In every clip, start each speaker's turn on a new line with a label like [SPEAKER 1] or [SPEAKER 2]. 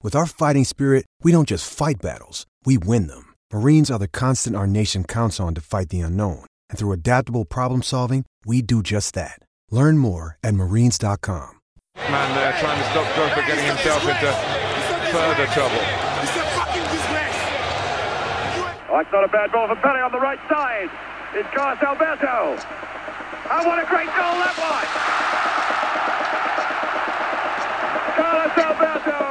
[SPEAKER 1] With our fighting spirit, we don't just fight battles, we win them. Marines are the constant our nation counts on to fight the unknown. And through adaptable problem solving, we do just that. Learn more at marines.com.
[SPEAKER 2] man there trying to stop Drogba getting himself into further trouble.
[SPEAKER 3] It's a fucking disgrace.
[SPEAKER 4] Oh, it's not a bad ball for Pele on the right side. It's Carlos Alberto. And what a great goal that was! Carlos Alberto!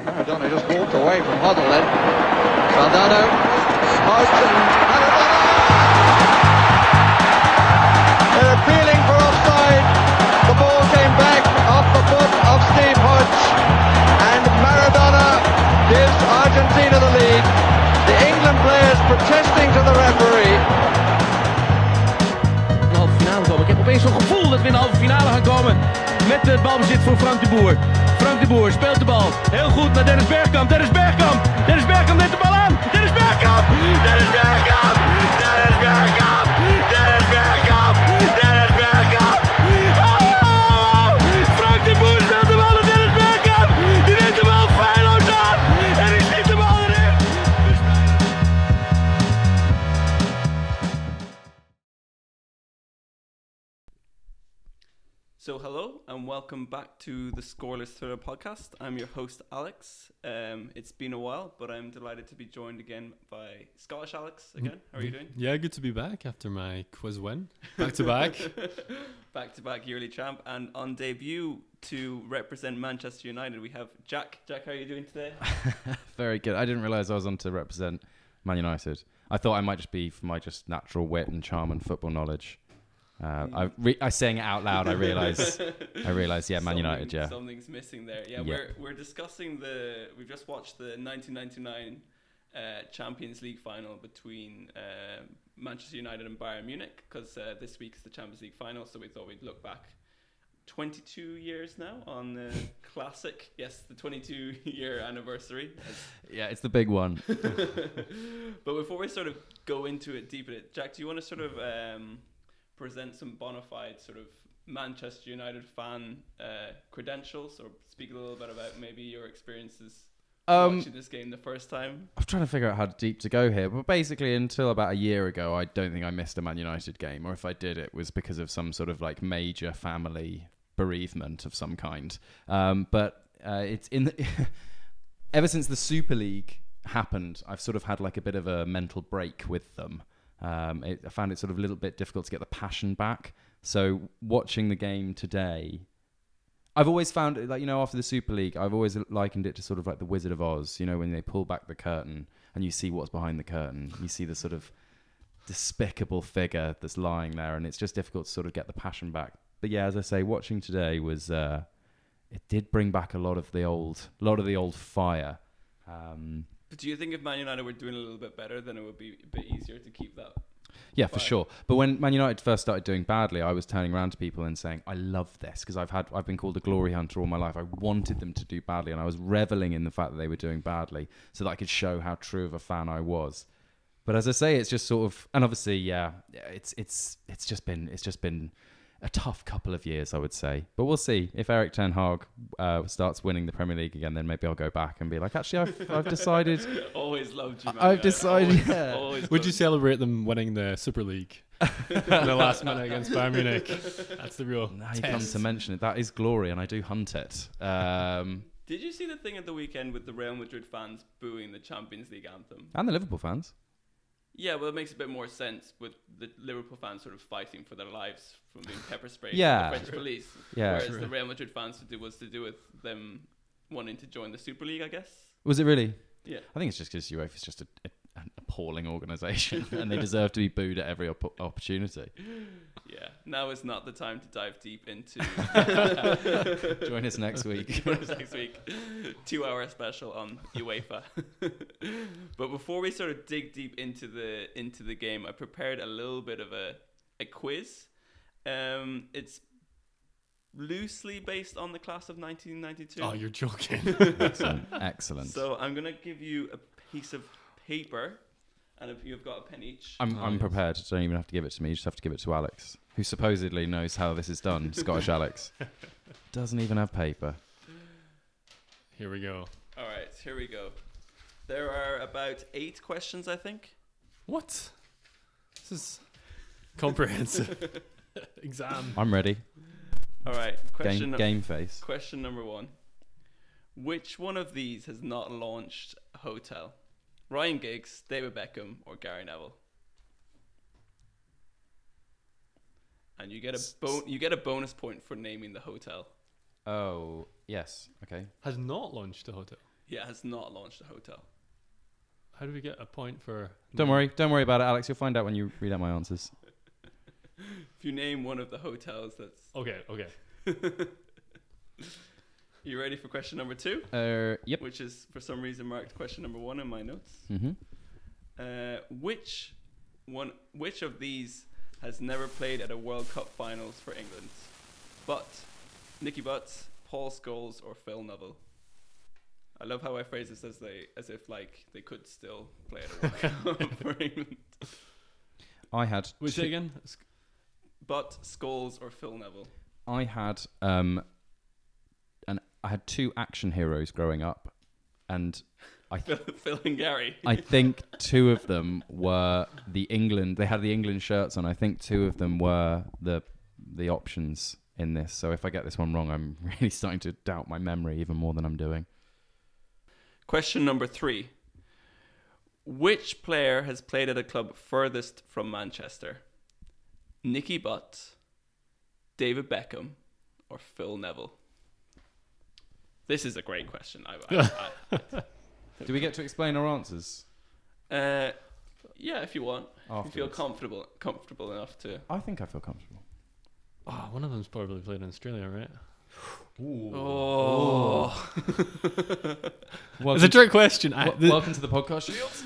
[SPEAKER 5] Maradona just walked away from Huddle then. Saldano smoked and Maradona! They're appealing for offside. The ball came back off the foot of Steve Hodge. And Maradona gives Argentina the lead. The England players protesting to the referee.
[SPEAKER 6] de halve finale komen. Ik heb opeens zo'n gevoel dat we in de halve finale gaan komen. Met het balbezit voor Frank de Boer. Frank de Boer speelt de bal. Heel goed naar Dennis Bergkamp. Dennis Bergkamp. Dennis Bergkamp neemt de bal aan. Dennis Bergkamp. Dennis Bergkamp. Dennis Bergkamp. Dennis Bergkamp. Dennis Bergkamp. Oh! Frank de Boer speelt de bal naar Dennis Bergkamp. Die neemt de bal feilloos aan. En die schiet de bal erin.
[SPEAKER 7] So, hello and welcome back to the Scoreless Thriller podcast. I'm your host, Alex. Um, it's been a while, but I'm delighted to be joined again by Scottish Alex. Again, how are you doing?
[SPEAKER 8] Mm, Yeah, good to be back after my quiz win. Back to back.
[SPEAKER 7] Back to back yearly champ, and on debut to represent Manchester United, we have Jack. Jack, how are you doing today?
[SPEAKER 9] Very good. I didn't realize I was on to represent Man United. I thought I might just be for my just natural wit and charm and football knowledge. Uh, I re- I saying it out loud. I realize. I realize. Yeah, Man United.
[SPEAKER 7] Something-
[SPEAKER 9] Yeah.
[SPEAKER 7] Something's missing there. Yeah,
[SPEAKER 9] Yeah.
[SPEAKER 7] we're we're discussing the we've just watched the 1999 uh, Champions League final between uh, Manchester United and Bayern Munich because uh, this week's the Champions League final, so we thought we'd look back 22 years now on the classic. Yes, the 22 year anniversary.
[SPEAKER 9] Yeah, it's the big one.
[SPEAKER 7] But before we sort of go into it deeper, Jack, do you want to sort of um, present some bona fide sort of Manchester United fan uh, credentials or speak a little bit about maybe your experiences
[SPEAKER 9] Um,
[SPEAKER 7] watching this game the first time?
[SPEAKER 9] I'm trying to figure out how deep to go here, but basically, until about a year ago, I don't think I missed a Man United game, or if I did, it was because of some sort of like major family bereavement of some kind. Um, but uh, it's in the ever since the Super League happened, I've sort of had like a bit of a mental break with them. Um, it, I found it sort of a little bit difficult to get the passion back. So watching the game today, I've always found it like you know after the Super League, I've always likened it to sort of like the Wizard of Oz. You know when they pull back the curtain and you see what's behind the curtain, you see the sort of despicable figure that's lying there, and it's just difficult to sort of get the passion back. But yeah, as I say, watching today was uh, it did bring back a lot of the old, a lot of the old fire. Um,
[SPEAKER 7] But do you think if Man United were doing a little bit better, then it would be a bit easier to keep that?
[SPEAKER 9] Yeah, for sure. But when Man United first started doing badly, I was turning around to people and saying, "I love this" because I've had I've been called a glory hunter all my life. I wanted them to do badly, and I was reveling in the fact that they were doing badly, so that I could show how true of a fan I was. But as I say, it's just sort of, and obviously, yeah, it's it's it's just been it's just been
[SPEAKER 5] a tough couple of years, I would say. But we'll see. If Eric Ten Hag uh, starts winning the Premier League again, then maybe I'll go back and be like, actually, I've, I've decided.
[SPEAKER 9] always loved you. Man.
[SPEAKER 5] I've decided.
[SPEAKER 9] Always,
[SPEAKER 5] yeah.
[SPEAKER 9] always
[SPEAKER 8] Would you
[SPEAKER 9] loved
[SPEAKER 8] celebrate them winning the Super League in the last minute against Bayern Munich? That's the real
[SPEAKER 5] Now you come
[SPEAKER 8] test.
[SPEAKER 5] to mention it. That is glory, and I do hunt it. Um,
[SPEAKER 9] Did you see the thing at the weekend with the Real Madrid fans booing the Champions League anthem?
[SPEAKER 5] and the Liverpool fans.
[SPEAKER 9] Yeah, well, it makes a bit more sense with the Liverpool fans sort of fighting for their lives from being pepper sprayed
[SPEAKER 5] Yeah.
[SPEAKER 9] by the French police.
[SPEAKER 5] Yeah.
[SPEAKER 9] Whereas
[SPEAKER 5] True.
[SPEAKER 9] the Real Madrid fans to do was to do with them wanting to join the Super League, I guess.
[SPEAKER 5] Was it really?
[SPEAKER 9] Yeah.
[SPEAKER 5] I think it's just because UEFA is just a, a, an appalling organisation, and they deserve to be booed at every op- opportunity.
[SPEAKER 9] Yeah. Now is not the time to dive deep into.
[SPEAKER 5] Join us next week.
[SPEAKER 9] Join us next week. Two hour special on UEFA. but before we sort of dig deep into the into the game, I prepared a little bit of a, a quiz. Um, it's loosely based on the class of 1992.
[SPEAKER 8] Oh, you're joking.
[SPEAKER 5] Excellent. Excellent.
[SPEAKER 9] So I'm gonna give you a piece of paper, and if you've got a pen each.
[SPEAKER 5] I'm, I'm prepared. You don't even have to give it to me. You just have to give it to Alex, who supposedly knows how this is done. Scottish Alex doesn't even have paper.
[SPEAKER 8] Here we go.
[SPEAKER 9] All right, here we go. There are about eight questions, I think.
[SPEAKER 8] What? This is comprehensive exam.
[SPEAKER 5] I'm ready.
[SPEAKER 9] All right, question
[SPEAKER 5] Game,
[SPEAKER 9] num-
[SPEAKER 5] game face.
[SPEAKER 9] Question number one: Which one of these has not launched a hotel? Ryan Giggs, David Beckham, or Gary Neville? And you get a bon- you get a bonus point for naming the hotel.
[SPEAKER 5] Oh yes. Okay.
[SPEAKER 8] Has not launched a hotel.
[SPEAKER 9] Yeah, has not launched a hotel.
[SPEAKER 8] How do we get a point for?
[SPEAKER 5] Don't worry. Don't worry about it, Alex. You'll find out when you read out my answers.
[SPEAKER 9] If you name one of the hotels, that's
[SPEAKER 8] Okay. Okay.
[SPEAKER 9] you ready for question number two,
[SPEAKER 5] Uh, yep.
[SPEAKER 9] which is for some reason marked question number one in my notes.
[SPEAKER 5] Mm-hmm.
[SPEAKER 9] Uh, which one? Which of these has never played at a World Cup finals for England? But Nicky Butts, Paul Scholes, or Phil Neville. I love how I phrase this as they as if like they could still play at a World Cup for England.
[SPEAKER 5] I had.
[SPEAKER 8] Wait,
[SPEAKER 5] two-
[SPEAKER 8] say again. It's-
[SPEAKER 9] But Scholes or Phil Neville.
[SPEAKER 5] I had um, an I had two action heroes growing up, and I
[SPEAKER 9] Phil, Phil and Gary.
[SPEAKER 5] I think two of them were the England. They had the England shirts on. I think two of them were the the options in this. So if I get this one wrong, I'm really starting to doubt my memory even more than I'm doing.
[SPEAKER 9] Question number three. Which player has played at a club furthest from Manchester? Nicky Butt, David Beckham, or Phil Neville? This is a great question. I, I,
[SPEAKER 5] Do we get to explain our answers?
[SPEAKER 9] I, uh, yeah, if you want, if you feel
[SPEAKER 5] Afterwards.
[SPEAKER 9] comfortable comfortable enough to.
[SPEAKER 5] I think I feel comfortable.
[SPEAKER 8] Oh, one of them's probably played in Australia, right?
[SPEAKER 9] Oh,
[SPEAKER 5] Welcome,
[SPEAKER 8] It's a trick question. I,
[SPEAKER 5] wel-
[SPEAKER 8] th-
[SPEAKER 5] welcome to the podcast. Shields.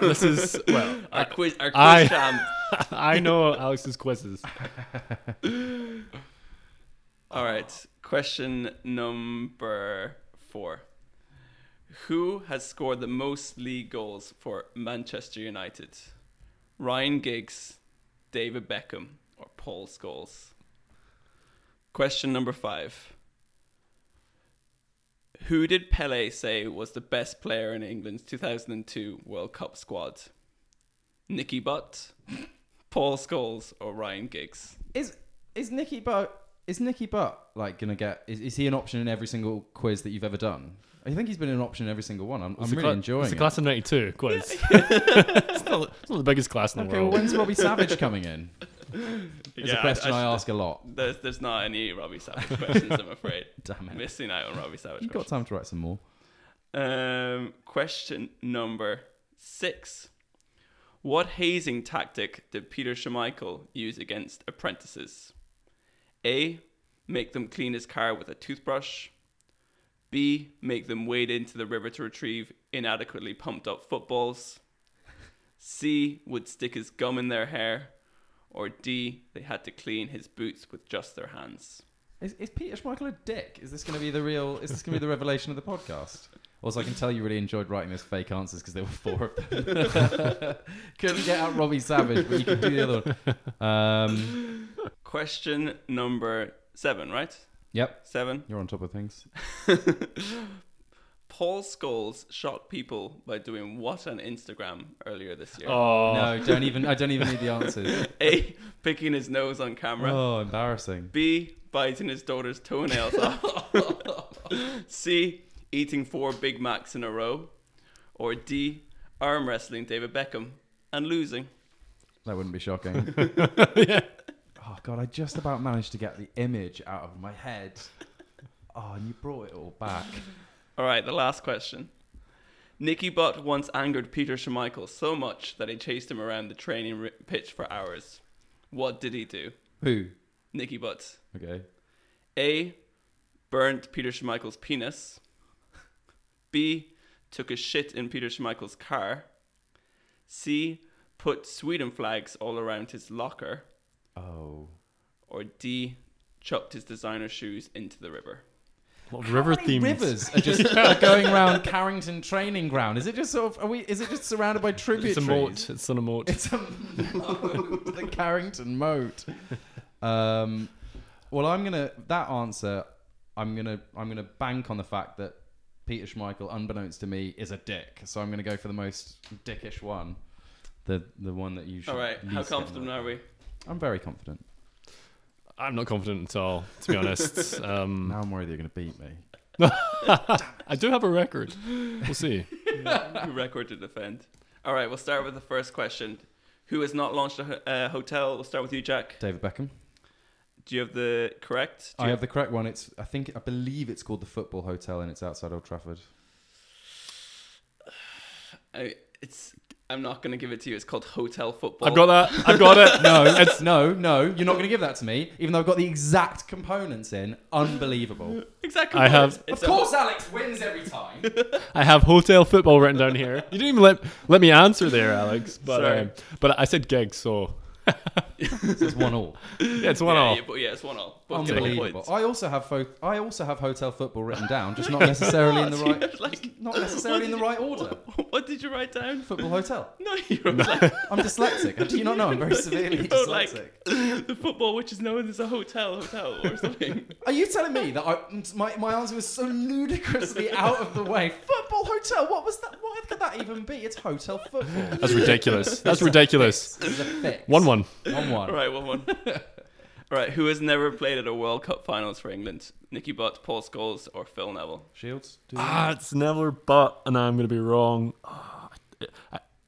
[SPEAKER 8] this is well.
[SPEAKER 9] our quiz, our quiz
[SPEAKER 8] I-
[SPEAKER 9] champ.
[SPEAKER 8] I know Alex's quizzes.
[SPEAKER 9] All right. Question number four. Who has scored the most league goals for Manchester United? Ryan Giggs, David Beckham, or Paul Scholes? Question number five. Who did Pele say was the best player in England's 2002 World Cup squad? Nicky Butt, Paul Scholes, or Ryan Giggs?
[SPEAKER 5] Is is Nicky Butt is Nicky Butt like gonna get? Is, is he an option in every single quiz that you've ever done? I think he's been an option in every single one. I'm, I'm
[SPEAKER 8] It's a
[SPEAKER 5] really
[SPEAKER 8] cla-
[SPEAKER 5] enjoying
[SPEAKER 8] It's a
[SPEAKER 5] it.
[SPEAKER 8] class of '92 quiz. it's, not, it's not the biggest class in the
[SPEAKER 5] Okay, well,
[SPEAKER 8] world.
[SPEAKER 5] when's Robbie Savage coming in? It's
[SPEAKER 9] Yeah,
[SPEAKER 5] a
[SPEAKER 9] I-
[SPEAKER 5] question
[SPEAKER 9] I
[SPEAKER 5] I,
[SPEAKER 9] should-
[SPEAKER 5] ask a lot.
[SPEAKER 9] There's there's not any Robbie Savage questions, I'm afraid.
[SPEAKER 5] Damn it.
[SPEAKER 9] Missing out on Robbie Savage.
[SPEAKER 5] You've got time to write some more.
[SPEAKER 9] Um, question number six. What hazing tactic did Peter Schmeichel use against apprentices? A. Make them clean his car with a toothbrush. B. Make them wade into the river to retrieve inadequately pumped up footballs. C. Would stick his gum in their hair. Or D. They had to clean his boots with just their hands.
[SPEAKER 5] Is, is Peter Schmeichel a dick? Is this going to be the real? Is this going to be the revelation of the podcast? Also, I can tell you really enjoyed writing those fake answers because there were four of them. Couldn't get out Robbie Savage, but you could do the other one. Um,
[SPEAKER 7] Question number seven, right?
[SPEAKER 9] Yep.
[SPEAKER 7] Seven.
[SPEAKER 9] You're on top of things.
[SPEAKER 7] Paul Scholes shot people by doing what on Instagram earlier this year?
[SPEAKER 9] Oh. No, don't even- I don't even need the answers.
[SPEAKER 7] A. Picking his nose on camera.
[SPEAKER 9] Oh, embarrassing.
[SPEAKER 7] B. Biting his daughter's toenails off. C. Eating four Big Macs in a row. Or D. Arm wrestling David Beckham and losing.
[SPEAKER 9] That wouldn't be shocking. Oh god, I just about managed to get the image out of my head. Oh, and you brought it all back.
[SPEAKER 7] All right, the last question. Nicky Butt once angered Peter Schmeichel so much that he chased him around the training ri- pitch for hours. What did he do?
[SPEAKER 9] Who?
[SPEAKER 7] Nicky Butt.
[SPEAKER 9] Okay.
[SPEAKER 7] A. Burnt Peter Schmeichel's penis. B. Took a shit in Peter Schmeichel's car. C. Put Sweden flags all around his locker.
[SPEAKER 9] Oh.
[SPEAKER 7] Or D. Chucked his designer shoes into the river.
[SPEAKER 8] What river themes?
[SPEAKER 9] Rivers are just going around Carrington Training Ground. Is it just sort of? Are we? Is it just surrounded by tributaries?
[SPEAKER 8] It's a moat. It's on a moat.
[SPEAKER 9] It's a moat. the Carrington Moat. Um, well, I'm gonna that answer. I'm gonna I'm gonna bank on the fact that Peter Schmeichel, unbeknownst to me, is a dick. So I'm gonna go for the most dickish one, the the one that you. Should
[SPEAKER 7] All right, how
[SPEAKER 9] least get
[SPEAKER 7] confident
[SPEAKER 9] right.
[SPEAKER 7] are we?
[SPEAKER 9] I'm very confident.
[SPEAKER 8] I'm not confident at all, to be honest. Um,
[SPEAKER 9] now I'm worried you're gonna beat me.
[SPEAKER 8] I do have a record. We'll see.
[SPEAKER 7] New record to defend. All right, we'll start with the first question. Who has not launched a ho- uh, hotel? We'll start with you, Jack.
[SPEAKER 9] David Beckham.
[SPEAKER 7] Do you have the correct? Do
[SPEAKER 9] I
[SPEAKER 7] you
[SPEAKER 9] have the correct one. It's I think I believe it's called the Football Hotel and it's outside Old Trafford.
[SPEAKER 7] I, it's. I'm not going to give it to you. It's called hotel football.
[SPEAKER 8] I've got that. I've got it.
[SPEAKER 9] No, it's no, no. You're not going to give that to me, even though I've got the exact components in. Unbelievable.
[SPEAKER 7] Exactly.
[SPEAKER 8] I have-
[SPEAKER 7] It's
[SPEAKER 9] of
[SPEAKER 7] a-
[SPEAKER 9] course, Alex wins every time.
[SPEAKER 8] I have hotel football written down here. You didn't even let let me answer there, Alex. But
[SPEAKER 7] Sorry.
[SPEAKER 8] um, but I said gig, so
[SPEAKER 9] it's one all.
[SPEAKER 8] yeah, it's one
[SPEAKER 7] yeah,
[SPEAKER 8] all.
[SPEAKER 7] Yeah, but yeah, it's one all. Both taking
[SPEAKER 9] Unbelievable.
[SPEAKER 7] points.
[SPEAKER 9] I also have fo- I also have hotel football written down, just not necessarily in the
[SPEAKER 7] What?
[SPEAKER 9] right,
[SPEAKER 7] You're like-
[SPEAKER 9] not necessarily in the right
[SPEAKER 7] what-
[SPEAKER 9] order.
[SPEAKER 7] What did you write down?
[SPEAKER 9] Football hotel.
[SPEAKER 7] No, you're like.
[SPEAKER 9] I'm dyslexic. Do you not know? I'm very severely
[SPEAKER 7] You're
[SPEAKER 9] dyslexic.
[SPEAKER 7] like the football, which is known as a hotel, hotel or something.
[SPEAKER 9] Are you telling me that I, my, my answer was so ludicrously out of the way? Football hotel? What was that? What could that even be? It's hotel football.
[SPEAKER 8] That's ridiculous. That's ridiculous.
[SPEAKER 9] It's a fix.
[SPEAKER 8] One one.
[SPEAKER 9] One one.
[SPEAKER 7] All right, one one. All right, who has never played at a World Cup finals for England? Nicky Butt, Paul Scholes, or Phil Neville?
[SPEAKER 9] Shields. Do
[SPEAKER 8] Ah, it's Neville Butt, and I'm gonna be wrong.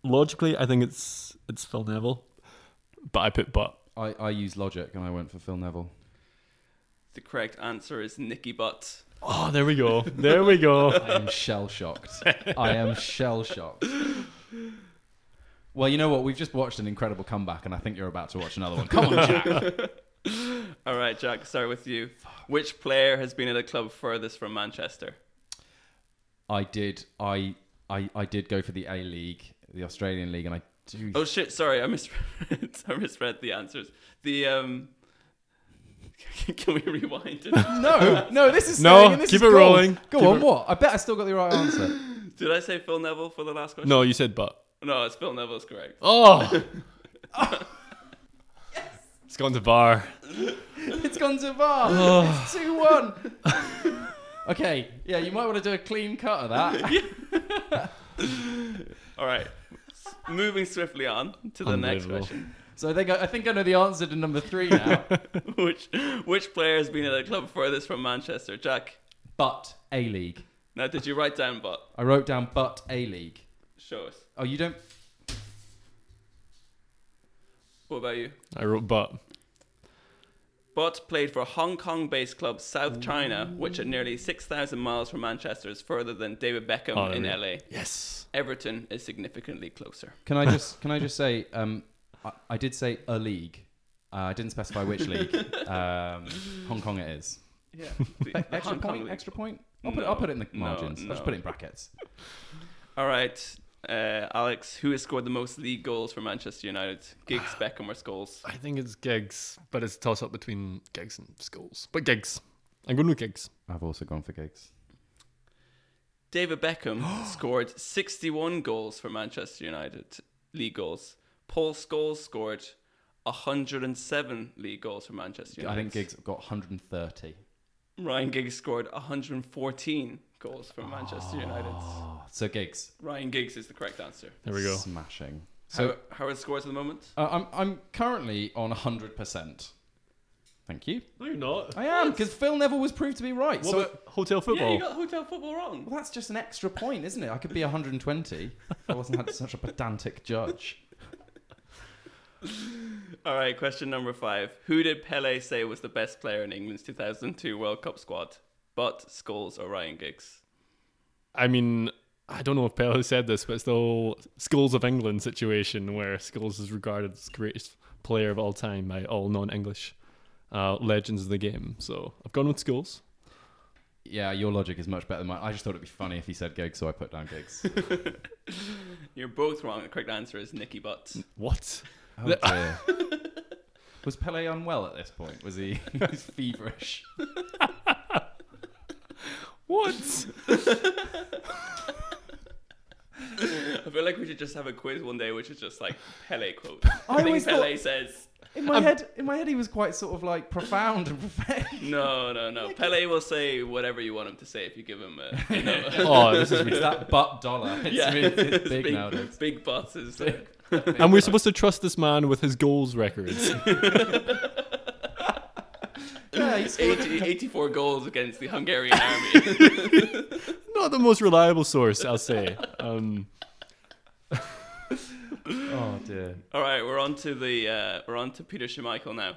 [SPEAKER 8] logically, I think it's it's Phil Neville, but I put Butt.
[SPEAKER 9] I, I used logic and I went for Phil Neville.
[SPEAKER 7] The correct answer is Nicky Butt.
[SPEAKER 8] Oh, there we go. There we go.
[SPEAKER 9] I am shell shocked. I am shell shocked. Well, you know what? We've just watched an incredible comeback, and I think you're about to watch another one. Come on, Jack.
[SPEAKER 7] All right, Jack, start with you. Which player has been at a club furthest from Manchester?
[SPEAKER 9] I did. I I I did go for the A League, the Australian League, and I do.
[SPEAKER 7] Oh shit! Sorry, I misread. I misread the answers. The um, can we rewind it?
[SPEAKER 9] No, no, this is
[SPEAKER 8] No,
[SPEAKER 9] staying and this
[SPEAKER 8] keep
[SPEAKER 9] is
[SPEAKER 8] it
[SPEAKER 9] cool.
[SPEAKER 8] rolling.
[SPEAKER 9] Go
[SPEAKER 8] Keep
[SPEAKER 9] on,
[SPEAKER 8] it-
[SPEAKER 9] what? I bet I still got the right answer.
[SPEAKER 7] Did I say Phil Neville for the last question?
[SPEAKER 8] No, you said Butt.
[SPEAKER 7] no, it's Phil Neville's correct.
[SPEAKER 8] Oh. It's gone to bar.
[SPEAKER 9] it's gone to VAR. It's two one. okay, yeah, you might want to do a clean cut of that.
[SPEAKER 7] All right, S- moving swiftly on to the next
[SPEAKER 8] Unbelievable.
[SPEAKER 7] question.
[SPEAKER 9] So I think I, I think I know the answer to number three now.
[SPEAKER 7] Which which player has been at a club furthest from Manchester? Jack.
[SPEAKER 9] but A League.
[SPEAKER 7] Now, did you write down but?
[SPEAKER 9] I wrote down but A League.
[SPEAKER 7] Show us.
[SPEAKER 9] Oh, you don't.
[SPEAKER 7] What about you?
[SPEAKER 8] I wrote Butt.
[SPEAKER 7] Butt played for Hong Kong-based club South China, which at nearly 6,000 miles from Manchester is further than David Beckham
[SPEAKER 8] Oh, there
[SPEAKER 7] in
[SPEAKER 8] we go.
[SPEAKER 7] LA.
[SPEAKER 8] Yes.
[SPEAKER 7] Everton is significantly closer.
[SPEAKER 9] Can I just can I just say um, I, I did say a league. Uh, I didn't specify which league. Um, Hong Kong it is.
[SPEAKER 7] Yeah.
[SPEAKER 9] Extra point. Extra point. I'll put, it, I'll
[SPEAKER 7] No,
[SPEAKER 9] put it in the
[SPEAKER 7] no,
[SPEAKER 9] margins. I'll
[SPEAKER 7] no.
[SPEAKER 9] just put it in brackets.
[SPEAKER 7] All right, uh, Alex, who has scored the most league goals for Manchester United? Giggs, Beckham, or Scholes?
[SPEAKER 8] I think it's gigs, but it's a toss up between gigs and schools. But gigs. I'm going with gigs.
[SPEAKER 9] I've also gone for gigs.
[SPEAKER 7] David Beckham scored 61 goals for Manchester United league goals. Paul Scholes scored 107 league goals for Manchester United.
[SPEAKER 9] I think Giggs got 130.
[SPEAKER 7] Ryan Giggs scored 114 goals for Manchester United.
[SPEAKER 9] Ah, So Giggs.
[SPEAKER 7] Ryan Giggs is the correct answer.
[SPEAKER 8] There we go.
[SPEAKER 9] Smashing.
[SPEAKER 7] So
[SPEAKER 9] So
[SPEAKER 7] how, how are the scores at the moment?
[SPEAKER 9] uh, I'm I'm currently on 100%. Thank you.
[SPEAKER 8] No, you're not.
[SPEAKER 9] I am because Phil Neville was proved to be right.
[SPEAKER 8] What
[SPEAKER 9] so
[SPEAKER 8] about hotel
[SPEAKER 7] Yeah,
[SPEAKER 8] football?
[SPEAKER 7] you got hotel football wrong.
[SPEAKER 9] well, that's just an extra point, isn't it? I could be 120. if I wasn't had such a pedantic judge.
[SPEAKER 7] All right, question number five. Who did Pele say was the best player in England's 2002 World Cup squad? But Scholes or Ryan Giggs?
[SPEAKER 8] I mean, I don't know if Pele said this, but it's the whole Schools of England situation where Scholes is regarded as the greatest player of all time by all non-English uh, legends of the game. So I've gone with Scholes.
[SPEAKER 9] Yeah, your logic is much better than mine. I just thought it'd be funny if he said Giggs, so I put down Giggs.
[SPEAKER 7] You're both wrong. The correct answer is Nicky Butt.
[SPEAKER 8] What?
[SPEAKER 9] Oh dear. was Pele unwell at this point? Was he? he was feverish.
[SPEAKER 8] What?
[SPEAKER 7] I feel like we should just have a quiz one day, which is just like Pele quote. I think
[SPEAKER 9] always
[SPEAKER 7] Pele says.
[SPEAKER 9] In my head, in my head, he was quite sort of like profound and prophetic.
[SPEAKER 7] No, no, no. Pele will say whatever you want him to say if you give him a. You know,
[SPEAKER 8] Oh, this is
[SPEAKER 9] It's that butt dollar. It's,
[SPEAKER 7] yeah,
[SPEAKER 9] really- it's
[SPEAKER 7] it's
[SPEAKER 9] big, nowadays.
[SPEAKER 7] Big Butt is.
[SPEAKER 8] and we're supposed to trust this man with his goals records.
[SPEAKER 9] Yeah, he scored,
[SPEAKER 7] 80, 84 goals against the Hungarian army.
[SPEAKER 8] Not the most reliable source, I'll say. Um,
[SPEAKER 9] oh dear.
[SPEAKER 7] All right, we're on to the uh, we're on to Peter Schmeichel now.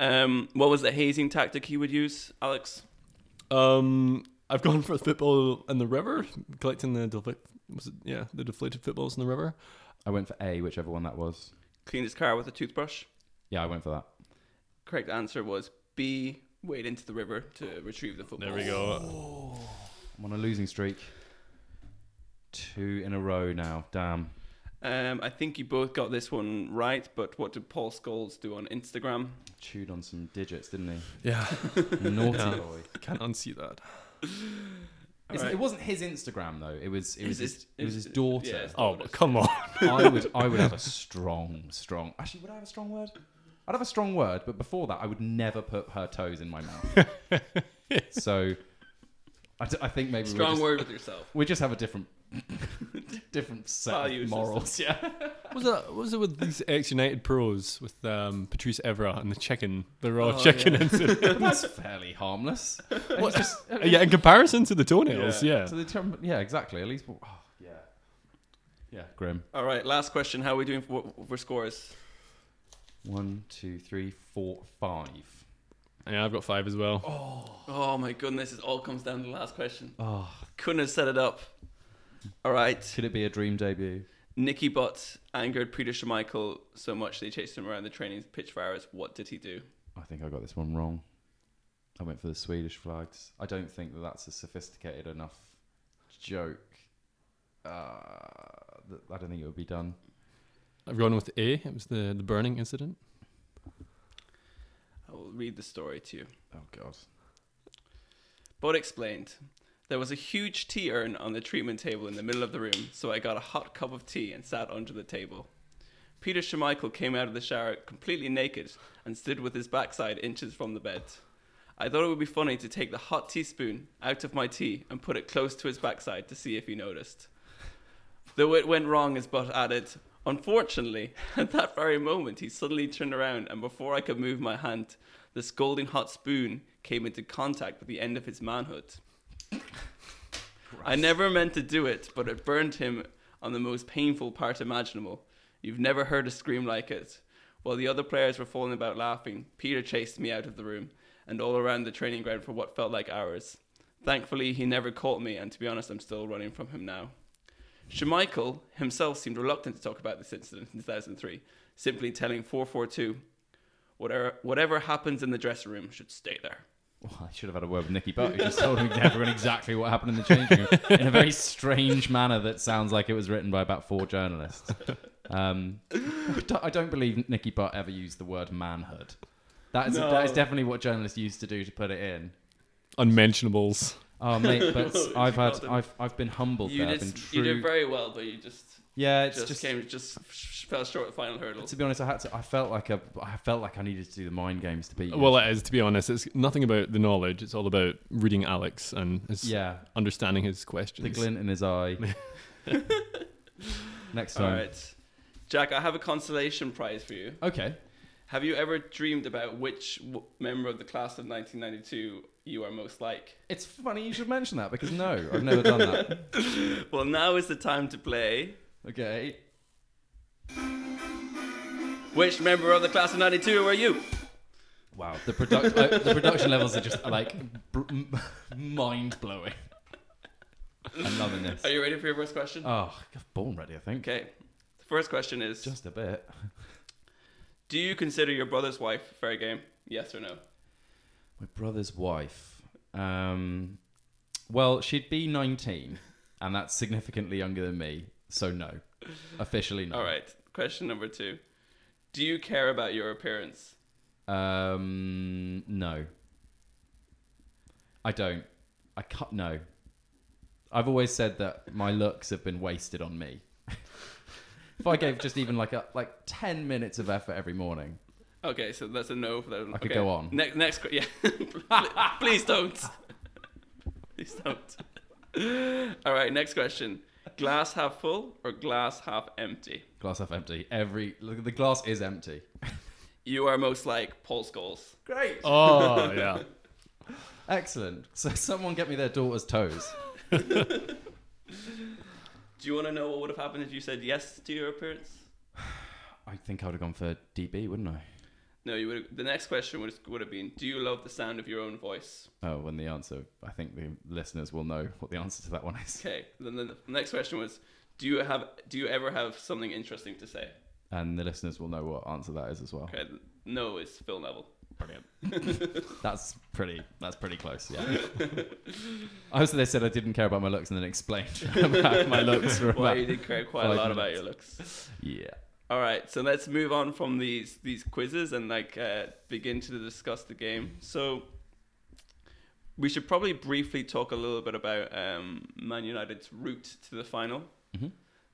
[SPEAKER 7] Um, what was the hazing tactic he would use, Alex?
[SPEAKER 8] um, I've gone for football in the river, collecting the defla- was it, yeah the deflated footballs in the river.
[SPEAKER 9] I went for A, whichever one that was.
[SPEAKER 7] Cleaned his car with a toothbrush.
[SPEAKER 9] Yeah, I went for that.
[SPEAKER 7] Correct answer was B. Wade into the river to retrieve the football.
[SPEAKER 8] There we go.
[SPEAKER 9] I'm on a losing streak. Two in a row now. Damn.
[SPEAKER 7] Um, I think you both got this one right, but what did Paul Scholes do on Instagram?
[SPEAKER 9] Chewed on some digits, didn't
[SPEAKER 8] Yeah,
[SPEAKER 9] he? Naughty
[SPEAKER 8] Um,
[SPEAKER 9] boy.
[SPEAKER 8] can't unsee that.
[SPEAKER 9] It's- It wasn't his Instagram though. It was. It was.
[SPEAKER 7] his-
[SPEAKER 9] His, it was his
[SPEAKER 7] it's-
[SPEAKER 9] daughter.
[SPEAKER 7] yeah, it's
[SPEAKER 8] Oh, come on.
[SPEAKER 9] I would I would have a strong, strong. Actually, would I have a strong word? I'd have a strong word, but before that, I would never put her toes in my mouth. so, I, d- I think maybe
[SPEAKER 7] Strong
[SPEAKER 9] we just,
[SPEAKER 7] word with yourself.
[SPEAKER 9] We just have a different, different set
[SPEAKER 7] Value
[SPEAKER 9] of
[SPEAKER 7] system.
[SPEAKER 9] morals. Yeah.
[SPEAKER 8] was that was it with these ex United pros with um, Patrice Evra and the chicken, the raw chicken incident?
[SPEAKER 9] That's fairly harmless. And
[SPEAKER 8] What?
[SPEAKER 9] just-
[SPEAKER 8] yeah, in comparison to the toenails, yeah.
[SPEAKER 9] So the term, yeah, exactly. At least, oh, yeah, yeah, grim.
[SPEAKER 7] All right, last question. How are we doing for, for scores?
[SPEAKER 9] One, two, three, four, five.
[SPEAKER 8] yeah, I've got five as well.
[SPEAKER 7] Oh my goodness, it all comes down to the last question.
[SPEAKER 9] Oh,
[SPEAKER 7] Couldn't have set it up. All right.
[SPEAKER 9] could it be a dream debut?
[SPEAKER 7] Nicky Butt angered Peter Schmeichel so much that he chased him around the training pitch for hours. What did he do?
[SPEAKER 9] I think I got this one wrong. I went for the Swedish flags. I don't think that that's a sophisticated enough joke. Uh, th- I don't think it would be done.
[SPEAKER 8] I've gone with A. It was the the burning incident.
[SPEAKER 7] I will read the story to you.
[SPEAKER 9] Oh God!
[SPEAKER 7] Bud explained. There was a huge tea urn on the treatment table in the middle of the room, so I got a hot cup of tea and sat under the table. Peter Schmeichel came out of the shower completely naked and stood with his backside inches from the bed. I thought it would be funny to take the hot teaspoon out of my tea and put it close to his backside to see if he noticed. Though it went wrong, as Butt added, Unfortunately, at that very moment, he suddenly turned around, and before I could move my hand, the scalding hot spoon came into contact with the end of his manhood. I never meant to do it, but it burned him on the most painful part imaginable. You've never heard a scream like it. While the other players were falling about laughing, Peter chased me out of the room and all around the training ground for what felt like hours. Thankfully, he never caught me, and to be honest, I'm still running from him now. Schmeichel himself seemed reluctant to talk about this incident in 2003, simply telling 442, whatever, whatever happens in the dressing room should stay there.
[SPEAKER 9] Well, I should have had a word with Nicky Butt, who just told me everyone exactly what happened in the changing room in a very strange manner that sounds like it was written by about four journalists. Um, I don't- I don't believe Nicky Butt ever used the word manhood. That is, that is definitely what journalists used to do to put it in.
[SPEAKER 8] Unmentionables.
[SPEAKER 9] Oh mate, but
[SPEAKER 7] No,
[SPEAKER 9] I've
[SPEAKER 7] you
[SPEAKER 9] had
[SPEAKER 7] got them.
[SPEAKER 9] I've I've been humbled
[SPEAKER 7] You did,
[SPEAKER 9] there. I've been
[SPEAKER 7] s-
[SPEAKER 9] true.
[SPEAKER 7] you did very well, but you just
[SPEAKER 9] Yeah, it's
[SPEAKER 7] just,
[SPEAKER 9] just-
[SPEAKER 7] came just sh- fell short of the final hurdle.
[SPEAKER 9] to be honest, I had to. I felt like a. I felt like I needed to do the mind games to beat. You.
[SPEAKER 8] Well, uh, it is to be honest. It's nothing about the knowledge. It's all about reading Alex and his
[SPEAKER 9] Yeah.
[SPEAKER 8] understanding his questions.
[SPEAKER 9] the glint in his eye. Next
[SPEAKER 7] All
[SPEAKER 9] time.
[SPEAKER 7] right, Jack, I have a consolation prize for you.
[SPEAKER 9] Okay.
[SPEAKER 7] Have you ever dreamed about which w- member of the class of 1992 you are most like?
[SPEAKER 9] It's funny you should mention that because no, I've never done that.
[SPEAKER 7] Well, now is the time to play.
[SPEAKER 9] Okay.
[SPEAKER 7] Which member of the class of 92 are you?
[SPEAKER 9] Wow. The product. uh, the production levels are just like br- m- mind blowing. I'm loving this.
[SPEAKER 7] Are you ready for your first question?
[SPEAKER 9] Oh, I'm born ready, I think.
[SPEAKER 7] Okay. The first question is
[SPEAKER 9] Just a bit.
[SPEAKER 7] Do you consider your brother's wife fair game? Yes or no?
[SPEAKER 9] My brother's wife. Um, well, she'd be 19, and that's significantly younger than me, so no. Officially, no.
[SPEAKER 7] All right. Question number two Do you care about your appearance?
[SPEAKER 9] Um, no. I don't. I can't. No. I've always said that my looks have been wasted on me. if I gave just even like a like 10 minutes of effort every morning,
[SPEAKER 7] Okay, so that's a no for that. I
[SPEAKER 9] could go on.
[SPEAKER 7] Next, next, que- yeah. Please don't. Please don't. All right, next question. Glass half full or glass half empty?
[SPEAKER 9] glass half empty. Every look, the glass is empty.
[SPEAKER 7] You are most like Paul Scholes.
[SPEAKER 9] Great.
[SPEAKER 8] Oh yeah.
[SPEAKER 9] Excellent. So someone get me their daughter's toes.
[SPEAKER 7] Do you want to know what would have happened if you said yes to your appearance?
[SPEAKER 9] I think I would have gone for DB, wouldn't I?
[SPEAKER 7] No, you would. The next question would would have been, "Do you love the sound of your own voice?"
[SPEAKER 9] Oh, when the answer, I think the listeners will know what the answer to that one is.
[SPEAKER 7] Okay. Then the next question was, "Do you have? Do you ever have something interesting to say?"
[SPEAKER 9] And the listeners will know what answer that is as well.
[SPEAKER 7] Okay. No, it's Phil Neville.
[SPEAKER 9] That's pretty. That's pretty close. Yeah. also, they said I didn't care about my looks, and then explained about my looks. For
[SPEAKER 7] Well,
[SPEAKER 9] about
[SPEAKER 7] you did care quite a
[SPEAKER 9] five
[SPEAKER 7] lot about
[SPEAKER 9] minutes.
[SPEAKER 7] your looks.
[SPEAKER 9] Yeah.
[SPEAKER 7] All right, so let's move on from these these quizzes and like uh, begin to discuss the game. So we should probably briefly talk a little bit about um, Man United's route to the final,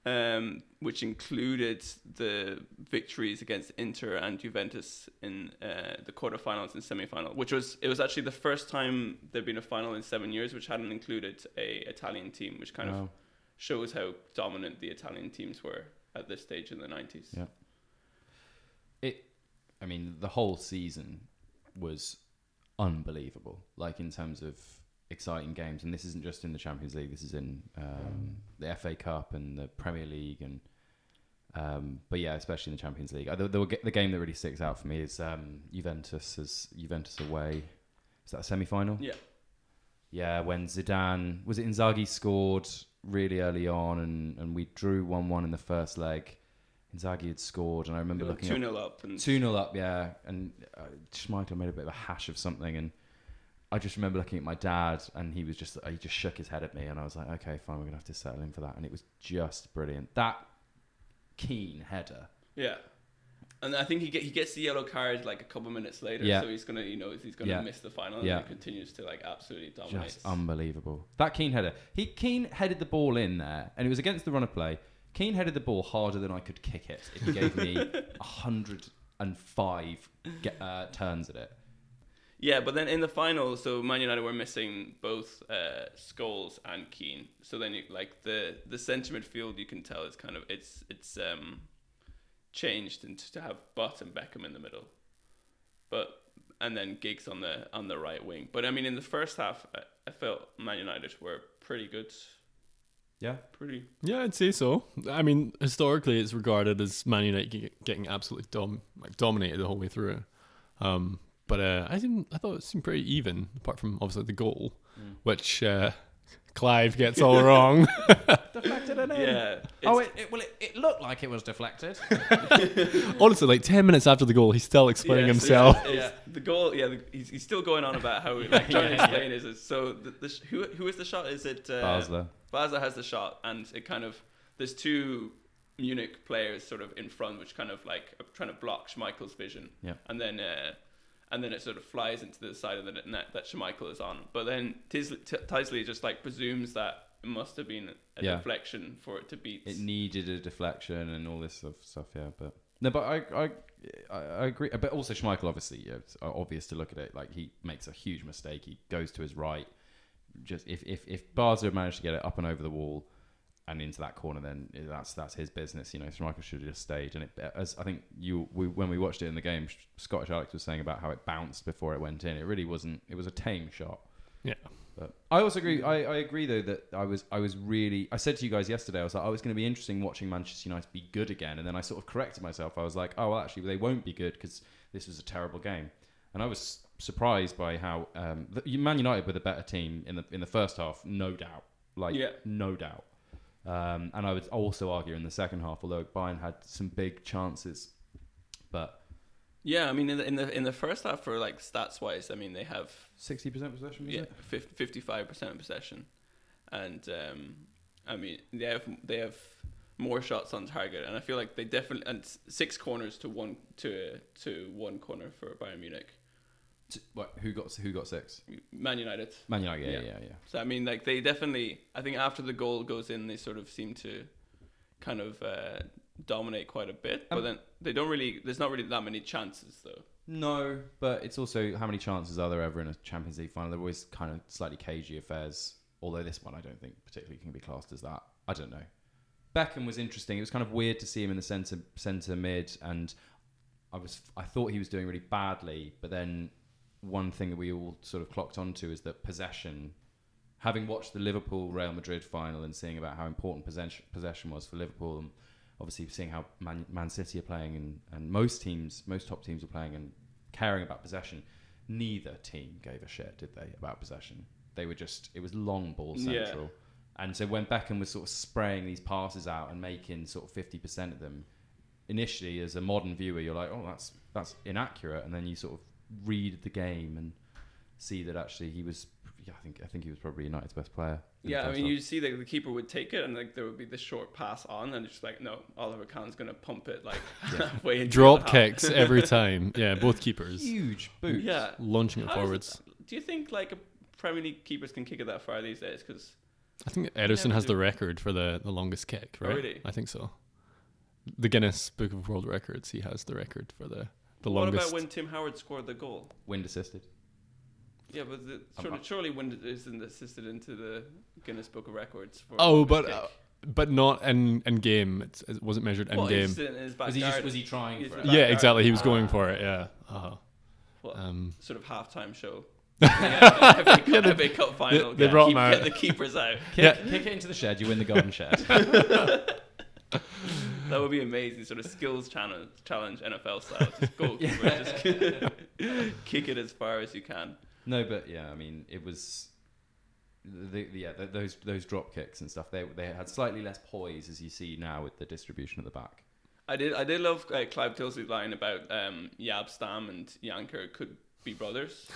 [SPEAKER 7] um, which included the victories against Inter and Juventus in uh, the quarterfinals and semi-final, which was it was actually the first time there'd been a final in seven years, which hadn't included a Italian team, which kind of
[SPEAKER 9] Wow.
[SPEAKER 7] shows how dominant the Italian teams were at this stage in the nineties.
[SPEAKER 9] Yeah. It. I mean, the whole season was unbelievable. Like in terms of exciting games, and this isn't just in the Champions League. This is in um, the FA Cup and the Premier League, and um, but yeah, especially in the Champions League. Uh, The, the, the game that really sticks out for me is um, Juventus as Juventus away. Is that a semi-final?
[SPEAKER 7] Yeah.
[SPEAKER 9] Yeah, when Zidane was it Inzaghi scored really early on, and, and we drew one one in the first leg. Inzaghi had scored, and I remember looking
[SPEAKER 7] Two 0 up and
[SPEAKER 9] two 0 up, yeah, and uh, Schmeichel made a bit of a hash of something, and I just remember looking at my dad, and he was just he just shook his head at me, and I was like, okay, fine, we're gonna have to settle in for that, and it was just brilliant. That keen header,
[SPEAKER 7] yeah. And I think he get, he gets the yellow card like a couple minutes later,
[SPEAKER 9] Yeah.
[SPEAKER 7] so he's gonna you know he's gonna
[SPEAKER 9] Yeah.
[SPEAKER 7] miss the final
[SPEAKER 9] Yeah.
[SPEAKER 7] and he continues to like absolutely dominate.
[SPEAKER 9] Just unbelievable. That Keane header. He Keane headed the ball in there, and it was against the run of play. Keane headed the ball harder than I could kick it. If he gave me hundred and five ge- uh, turns at it.
[SPEAKER 7] Yeah, but then in the final, so Man United were missing both uh, Scholes and Keane. So then, you, like the the centre midfield, you can tell it's kind of it's it's um, changed into to have Butt and Beckham in the middle, but and then Giggs on the on the right wing. But I mean, in the first half, I, I felt Man United were pretty good,
[SPEAKER 9] Yeah,
[SPEAKER 7] pretty
[SPEAKER 8] Yeah, I'd say so. I mean, historically, it's regarded as Man United ge- getting absolutely dom- like dominated the whole way through. Um, but uh, I didn't. I thought it seemed pretty even, apart from obviously the goal, which uh, Clive gets all wrong.
[SPEAKER 9] deflected it in.
[SPEAKER 7] yeah.
[SPEAKER 9] Oh, it, it well, it, it looked like it was deflected.
[SPEAKER 8] Honestly, like ten minutes after the goal, he's still explaining
[SPEAKER 7] Yeah, so
[SPEAKER 8] himself.
[SPEAKER 7] yeah, yeah, the goal. Yeah, the, he's, he's still going on about how like, trying to explain is it. So the, the sh- who who is the shot? Is it uh,
[SPEAKER 9] Basler.
[SPEAKER 7] Basler has the shot, and it kind of there's two Munich players sort of in front, which kind of like are trying to block Schmeichel's vision.
[SPEAKER 9] Yeah.
[SPEAKER 7] and then uh, and then it sort of flies into the side of the net that Schmeichel is on. But then Tisley, T- Tisley just like presumes that it must have been a
[SPEAKER 9] Yeah.
[SPEAKER 7] deflection for it to beat.
[SPEAKER 9] It needed a deflection and all this stuff, stuff yeah. But no, but I, I, I I agree. But also Schmeichel, obviously, yeah, it's uh, obvious to look at it. Like he makes a huge mistake. He goes to his right. Just if if if Barza had managed to get it up and over the wall and into that corner, then that's that's his business. You know, Schmeichel should have just stayed. And it, as I think you we, when we watched it in the game, Scottish Alex was saying about how it bounced before it went in. It really wasn't. It was a tame shot.
[SPEAKER 8] Yeah.
[SPEAKER 9] But I also agree. I, I agree though that I was I was really I said to you guys yesterday I was like oh it's going to be interesting watching Manchester United be good again and then I sort of corrected myself I was like oh well actually they won't be good because this was a terrible game and I was surprised by how um, the, Man United were the better team in the in the first half no doubt like
[SPEAKER 7] Yeah.
[SPEAKER 9] no doubt um, and I would also argue in the second half although Bayern had some big chances but
[SPEAKER 7] Yeah, I mean in the in the, in the first half for like stats wise, I mean they have
[SPEAKER 9] sixty percent possession was
[SPEAKER 7] yeah
[SPEAKER 9] it?
[SPEAKER 7] fifty five percent possession, and um, I mean they have they have more shots on target, and I feel like they definitely and s- six corners to one to to one corner for Bayern Munich.
[SPEAKER 9] T- what, who got who got six
[SPEAKER 7] Man United.
[SPEAKER 9] Man United yeah yeah yeah,
[SPEAKER 7] So I mean, like they definitely. I think after the goal goes in, they sort of seem to kind of uh, dominate quite a bit. But
[SPEAKER 9] Um,
[SPEAKER 7] then they don't really. There's not really that many chances though.
[SPEAKER 9] No, but it's also how many chances are there ever in a Champions League final? They're always kind of slightly cagey affairs. Although this one, I don't think particularly can be classed as that. I don't know. Beckham was interesting. It was kind of weird to see him in the centre centre mid, and I was I thought he was doing really badly. But then one thing that we all sort of clocked onto is that possession. Having watched the Liverpool Real Madrid final and seeing about how important possession possession was for Liverpool, and obviously seeing how Man, Man City are playing and, and most teams, most top teams are playing and caring about possession, neither team gave a shit, did they, about possession? They were just it was long ball
[SPEAKER 7] Yeah.
[SPEAKER 9] central. And so when Beckham was sort of spraying these passes out and making sort of fifty percent of them, initially as a modern viewer, you're like, oh, that's that's inaccurate, and then you sort of read the game and see that actually he was, yeah, I think I think he was probably United's best player. in the
[SPEAKER 7] Yeah, I
[SPEAKER 9] first
[SPEAKER 7] mean,
[SPEAKER 9] half.
[SPEAKER 7] you see, like the keeper would take it, and like there would be the short pass on, and it's just like, no, Oliver Kahn's gonna pump it like halfway into
[SPEAKER 8] Drop
[SPEAKER 7] the half.
[SPEAKER 8] kicks eh, every time. Yeah, both keepers.
[SPEAKER 9] Huge boots.
[SPEAKER 7] Yeah,
[SPEAKER 8] Launching it
[SPEAKER 7] How is
[SPEAKER 8] forwards.
[SPEAKER 7] Do you think like a Premier League keepers can kick it that far these days? Because
[SPEAKER 8] I think Edison has the
[SPEAKER 7] do.
[SPEAKER 8] record for the, the longest kick,
[SPEAKER 7] Oh,
[SPEAKER 8] right?
[SPEAKER 7] really?
[SPEAKER 8] I think so. The Guinness Book of World Records, he has the record for the, the
[SPEAKER 7] what
[SPEAKER 8] longest.
[SPEAKER 7] about when Tim Howard scored the goal?
[SPEAKER 9] wind assisted.
[SPEAKER 7] Yeah, but the, surely, surely when isn't assisted into the Guinness Book of Records for
[SPEAKER 8] oh,
[SPEAKER 7] longest
[SPEAKER 8] but
[SPEAKER 7] kick?
[SPEAKER 8] uh, but not in, in game. It's, it wasn't measured in
[SPEAKER 7] Well,
[SPEAKER 8] game.
[SPEAKER 7] he's in his
[SPEAKER 9] Was he just-
[SPEAKER 7] backyard.
[SPEAKER 9] was he trying
[SPEAKER 7] He's
[SPEAKER 9] for
[SPEAKER 7] in the
[SPEAKER 9] it?
[SPEAKER 8] yeah,
[SPEAKER 7] backyard.
[SPEAKER 8] exactly. He was
[SPEAKER 7] Ah.
[SPEAKER 8] going for it. Yeah. Uh-huh.
[SPEAKER 7] Well,
[SPEAKER 8] Um,
[SPEAKER 7] sort of halftime show. yeah, FA Cup, FA Cup final.
[SPEAKER 8] they
[SPEAKER 7] yeah,
[SPEAKER 8] brought
[SPEAKER 7] keep,
[SPEAKER 8] him
[SPEAKER 7] Get
[SPEAKER 8] out.
[SPEAKER 7] the keepers out.
[SPEAKER 8] Yeah.
[SPEAKER 9] Kick it into the shed. You win the golden shed.
[SPEAKER 7] That would be amazing. Sort of skills challenge, challenge NFL style. Just go, just kick it as far as you can.
[SPEAKER 9] No, but yeah, I mean, it was the, the yeah th those those drop kicks and stuff. They they had slightly less poise as you see now with the distribution at the back.
[SPEAKER 7] I did. I did love uh, Clive Tilsley's line about um, Yab Stam and Yanker could be brothers.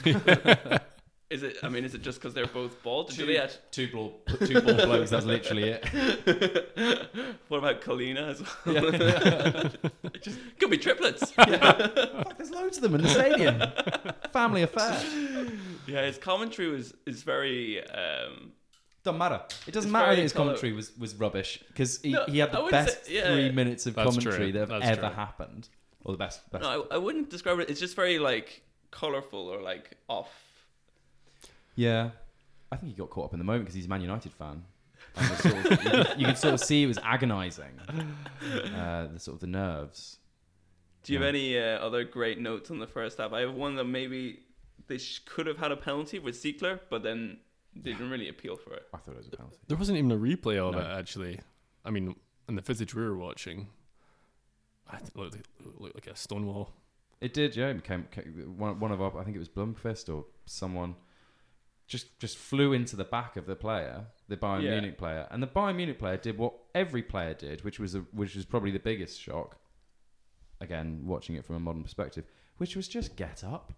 [SPEAKER 7] is it? I mean, is it just because they're both bald? Do they act-
[SPEAKER 9] two ball two ball blokes. That's literally it.
[SPEAKER 7] what about Kalina as well? just could be triplets.
[SPEAKER 9] Fuck, there's loads of them in the stadium. Family affair.
[SPEAKER 7] Yeah, his commentary was is very. Um,
[SPEAKER 9] Doesn't matter. It doesn't
[SPEAKER 7] It's
[SPEAKER 9] matter that
[SPEAKER 7] very
[SPEAKER 9] his
[SPEAKER 7] colour-
[SPEAKER 9] commentary was, was rubbish because he,
[SPEAKER 7] No,
[SPEAKER 9] he had
[SPEAKER 7] I
[SPEAKER 9] the
[SPEAKER 7] wouldn't
[SPEAKER 9] best
[SPEAKER 7] say- yeah,
[SPEAKER 9] three
[SPEAKER 7] yeah.
[SPEAKER 9] minutes of
[SPEAKER 8] That's true.
[SPEAKER 9] commentary that have
[SPEAKER 8] That's
[SPEAKER 9] ever
[SPEAKER 8] true.
[SPEAKER 9] happened, or the best. best.
[SPEAKER 7] no, I, I wouldn't describe it. It's just very like colorful or like off.
[SPEAKER 9] Yeah, I think he got caught up in the moment because he's a Man United fan. And was sort of, you, could, you could sort of see it was agonising. Uh, the sort of the nerves.
[SPEAKER 7] Do you have any uh, other great notes on the first half? I have one that maybe they sh- could have had a penalty with Ziegler, but then they didn't really appeal for it.
[SPEAKER 9] I thought it was a penalty.
[SPEAKER 8] There wasn't even a replay of it actually. I mean, in the footage we were watching, I th- looked, looked like a stone wall.
[SPEAKER 9] It did, yeah. It came, came- one, one of our, I think it was Blumquist or someone, just just flew into the back of the player, the Bayern
[SPEAKER 7] Yeah.
[SPEAKER 9] Munich player, and the Bayern Munich player did what every player did, which was a, which was probably the biggest shock. Again, watching it from a modern perspective, which was just get up.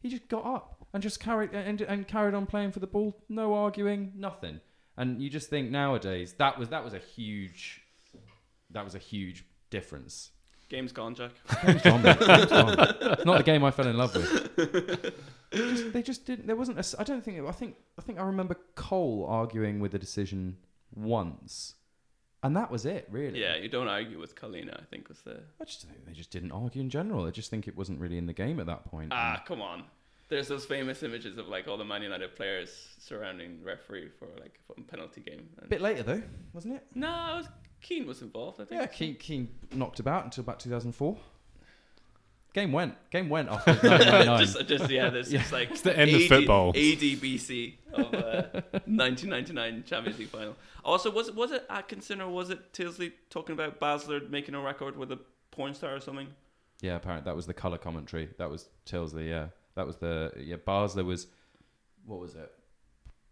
[SPEAKER 9] He just got up and just carried and, and carried on playing for the ball. No arguing, nothing. And you just think nowadays that was that was a huge that was a huge difference
[SPEAKER 7] Game's gone, Jack.
[SPEAKER 9] Game's gone, mate. Game's gone. Not the game I fell in love with. Just- they just didn't. There wasn't. A, s- I don't think. I think. I think I remember Cole arguing with the decision once, and that was it. Really.
[SPEAKER 7] Yeah, you don't argue with Kalina. I think was the
[SPEAKER 9] I just think they just didn't argue in general. I just think it wasn't really in the game at that point.
[SPEAKER 7] ah. Come on. There's those famous images of like all the Man United players surrounding the referee for like a penalty game.
[SPEAKER 9] a
[SPEAKER 7] And
[SPEAKER 9] bit later though, wasn't it?
[SPEAKER 7] No, I was, Keane was involved. I think.
[SPEAKER 9] Yeah, Keane, Keane knocked about until about 2004. Game went. Game went after 1999.
[SPEAKER 7] just, just yeah, there's just like
[SPEAKER 8] It's the end of football.
[SPEAKER 7] ADBC of uh, 1999 Champions League final. Also, was it was it Atkinson or was it Tilsley talking about Basler making a record with a porn star or something?
[SPEAKER 9] Yeah, apparently that was the color commentary. That was Tilsley. Yeah, that was the yeah. Basler was what was it?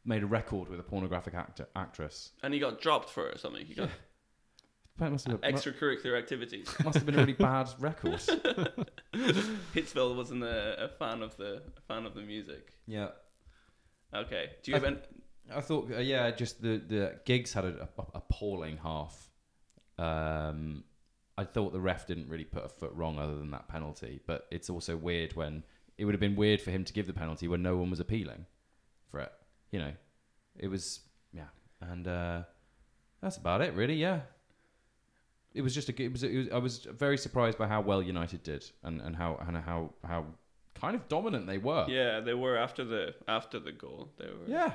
[SPEAKER 9] Made a record with a pornographic actor actress.
[SPEAKER 7] And he got dropped for it or something. He got
[SPEAKER 9] That must have, been,
[SPEAKER 7] extracurricular activities.
[SPEAKER 9] must have been a really bad record.
[SPEAKER 7] Hitsville wasn't a, a fan of the a fan of the music.
[SPEAKER 9] yeah,
[SPEAKER 7] Okay, do you have
[SPEAKER 9] I-
[SPEAKER 7] any,
[SPEAKER 9] I thought uh, yeah, just the the gigs had an a- appalling half. Um, I thought the ref didn't really put a foot wrong other than that penalty, but it's also weird when it would have been weird for him to give the penalty when no one was appealing for it. You know, it was yeah, and uh, that's about it really. Yeah, it was just a g- it was, it was I was very surprised by how well United did and and how and how how kind of dominant they
[SPEAKER 8] oh.
[SPEAKER 9] were.
[SPEAKER 7] Yeah, they were after the after the goal. They were.
[SPEAKER 9] Yeah,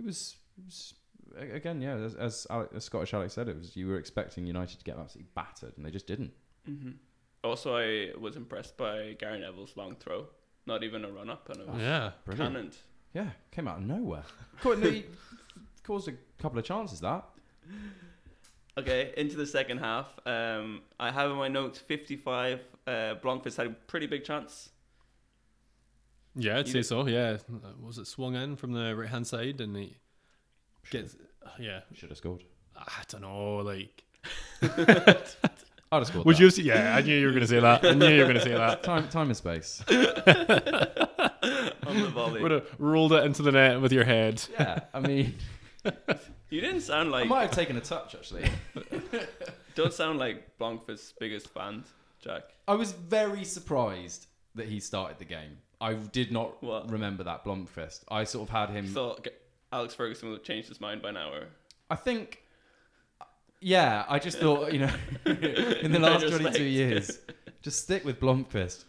[SPEAKER 9] it was, it was a- again, yeah. As, as, Ale as Scottish Alex said, it was you were expecting United to get absolutely battered, and they just didn't.
[SPEAKER 7] hmm Also, I was impressed by Gary Neville's long throw. Not even a run up, and it was
[SPEAKER 8] yeah.
[SPEAKER 9] Brilliant.
[SPEAKER 7] cannoned.
[SPEAKER 9] Yeah, came out of nowhere. Caught- they caused a couple of chances that.
[SPEAKER 7] Okay, into the second half. Um, I have in my notes 55. Uh, Blomqvist had a pretty big chance.
[SPEAKER 8] Yeah, I'd
[SPEAKER 7] You
[SPEAKER 8] say
[SPEAKER 7] did-
[SPEAKER 8] so. Yeah, Uh, was it swung in from the right hand side and he gets? Yeah,
[SPEAKER 9] Should have scored.
[SPEAKER 8] I don't know. Like,
[SPEAKER 9] I'd have scored.
[SPEAKER 8] would
[SPEAKER 9] that.
[SPEAKER 8] you? Have, se- yeah, I knew you were gonna say that. I knew you were gonna say that.
[SPEAKER 9] time time and space?
[SPEAKER 7] On the volley.
[SPEAKER 8] Would have rolled it into the net with your head.
[SPEAKER 9] yeah, I mean,
[SPEAKER 7] you didn't sound
[SPEAKER 9] I
[SPEAKER 7] like.
[SPEAKER 9] might have taken a touch actually.
[SPEAKER 7] Don't sound like Blomqvist's biggest fan, Jack.
[SPEAKER 9] I was very surprised that he started the game. I did not
[SPEAKER 7] What?
[SPEAKER 9] remember that Blomqvist. I sort of had him.
[SPEAKER 7] Thought G- Alex Ferguson would have changed his mind by an hour.
[SPEAKER 9] I think, yeah, I just thought, you know, in the last 22 years, just stick with Blomqvist.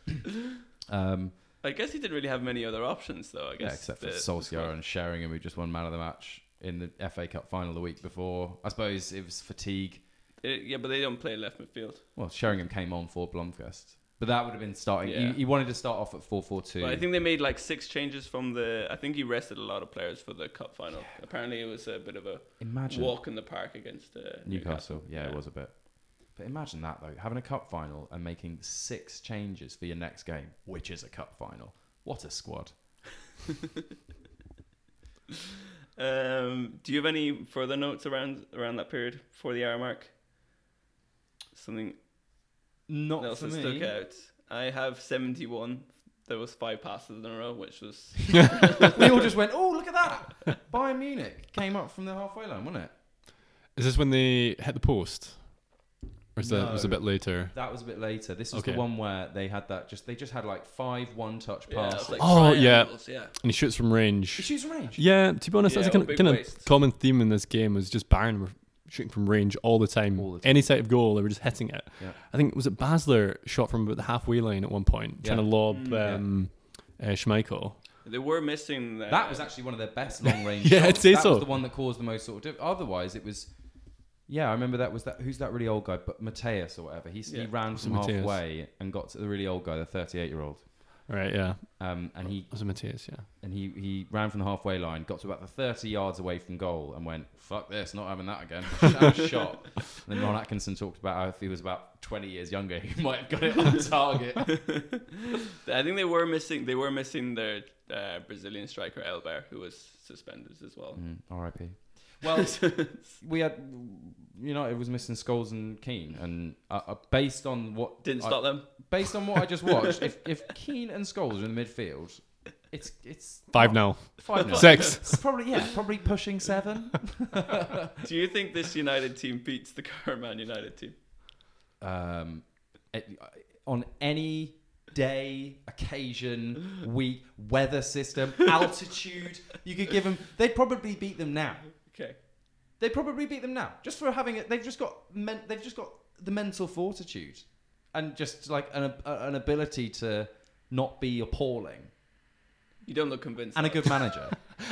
[SPEAKER 9] Um,
[SPEAKER 7] I guess he didn't really have many other options, though. I guess.
[SPEAKER 9] yeah, except for
[SPEAKER 7] the- the
[SPEAKER 9] Solskjaer
[SPEAKER 7] squad.
[SPEAKER 9] and Sheringham, who just won man of the match in the FA Cup final the week before. I suppose it was fatigue.
[SPEAKER 7] It- yeah, but they don't play left midfield.
[SPEAKER 9] Well, Sheringham came on for Blomqvist, but that would have been starting.
[SPEAKER 7] Yeah.
[SPEAKER 9] He, he wanted to start off at 4 4 2.
[SPEAKER 7] But I think they made like six changes from the. I think he rested a lot of players for the cup final. Apparently, it was a bit of a
[SPEAKER 9] Imagine.
[SPEAKER 7] walk in the park against uh,
[SPEAKER 9] Newcastle. Yeah, it was a bit. But imagine that though, having a cup final and making six changes for your next game, which is a cup final. What a squad!
[SPEAKER 7] Um, do you have any further notes around around that period before the hour mark? Something
[SPEAKER 9] Not
[SPEAKER 7] else
[SPEAKER 9] for
[SPEAKER 7] that
[SPEAKER 9] me.
[SPEAKER 7] stuck out. I have seventy one. There was five passes in a row, which was
[SPEAKER 9] we all just went, oh, look at that. Bayern Munich came up from the halfway line, wasn't it?
[SPEAKER 8] Is this when they hit the post? Or is that it was a
[SPEAKER 9] No.
[SPEAKER 8] bit later?
[SPEAKER 9] That was a bit later. This was
[SPEAKER 8] Okay.
[SPEAKER 9] the one where they had that just, they just had like five one touch
[SPEAKER 7] yeah, it was
[SPEAKER 9] passes.
[SPEAKER 7] like
[SPEAKER 8] Oh, yeah.
[SPEAKER 7] triangles, yeah.
[SPEAKER 8] And he shoots from range.
[SPEAKER 9] Issues range.
[SPEAKER 8] Yeah, to be honest,
[SPEAKER 7] Yeah,
[SPEAKER 8] that's a
[SPEAKER 7] with big
[SPEAKER 8] kind of
[SPEAKER 7] waists.
[SPEAKER 8] common theme in this game was just Bayern were shooting from range all the time.
[SPEAKER 9] All the
[SPEAKER 8] Any type of goal, they were just hitting it.
[SPEAKER 9] Yeah.
[SPEAKER 8] I think was it Basler shot from about the halfway line at one point, trying to
[SPEAKER 9] Yeah.
[SPEAKER 8] lob um, uh, Schmeichel.
[SPEAKER 7] They were missing uh,
[SPEAKER 9] That was actually one of their best long range.
[SPEAKER 8] Yeah,
[SPEAKER 9] shots.
[SPEAKER 8] I'd say
[SPEAKER 9] that
[SPEAKER 8] so.
[SPEAKER 9] was the one that caused the most sort of. Diff- Otherwise, it was. Yeah, I remember that was that. Who's that really old guy? But Mateus or whatever. He, s he
[SPEAKER 7] Yeah.
[SPEAKER 9] ran from
[SPEAKER 8] Mateus?
[SPEAKER 9] halfway and got to the really old guy, the thirty-eight-year-old.
[SPEAKER 8] Right, yeah,
[SPEAKER 9] Um, and he
[SPEAKER 8] was it Matthias? Yeah,
[SPEAKER 9] and he, he ran from the halfway line, got to about the 30 yards away from goal, and went, fuck this, not having that again. Had a shot. And then Ron Atkinson talked about how if he was about 20 years younger, he might have got it on target.
[SPEAKER 7] I think they were missing. They were missing their uh, Brazilian striker Elber, who was suspended as well.
[SPEAKER 9] Mm, RIP. Well, we had United was missing Scholes and Keane, and uh, uh, based on what
[SPEAKER 7] Didn't
[SPEAKER 9] I-
[SPEAKER 7] stop them.
[SPEAKER 9] Based on what I just watched, if if Keane and Scholes are in the midfield, it's it's
[SPEAKER 8] five now,
[SPEAKER 9] five now.
[SPEAKER 8] six.
[SPEAKER 9] It's probably yeah, probably pushing seven.
[SPEAKER 7] Do you think this United team beats the current Man United team?
[SPEAKER 9] Um, on any day, occasion, week, weather system, altitude. You could give them. They'd probably beat them now.
[SPEAKER 7] Okay.
[SPEAKER 9] They'd probably beat them now just for having it. They've just got. Men, they've just got the mental fortitude, and just like an ab- an ability to not be appalling,
[SPEAKER 7] You don't look convinced.
[SPEAKER 9] and a good manager.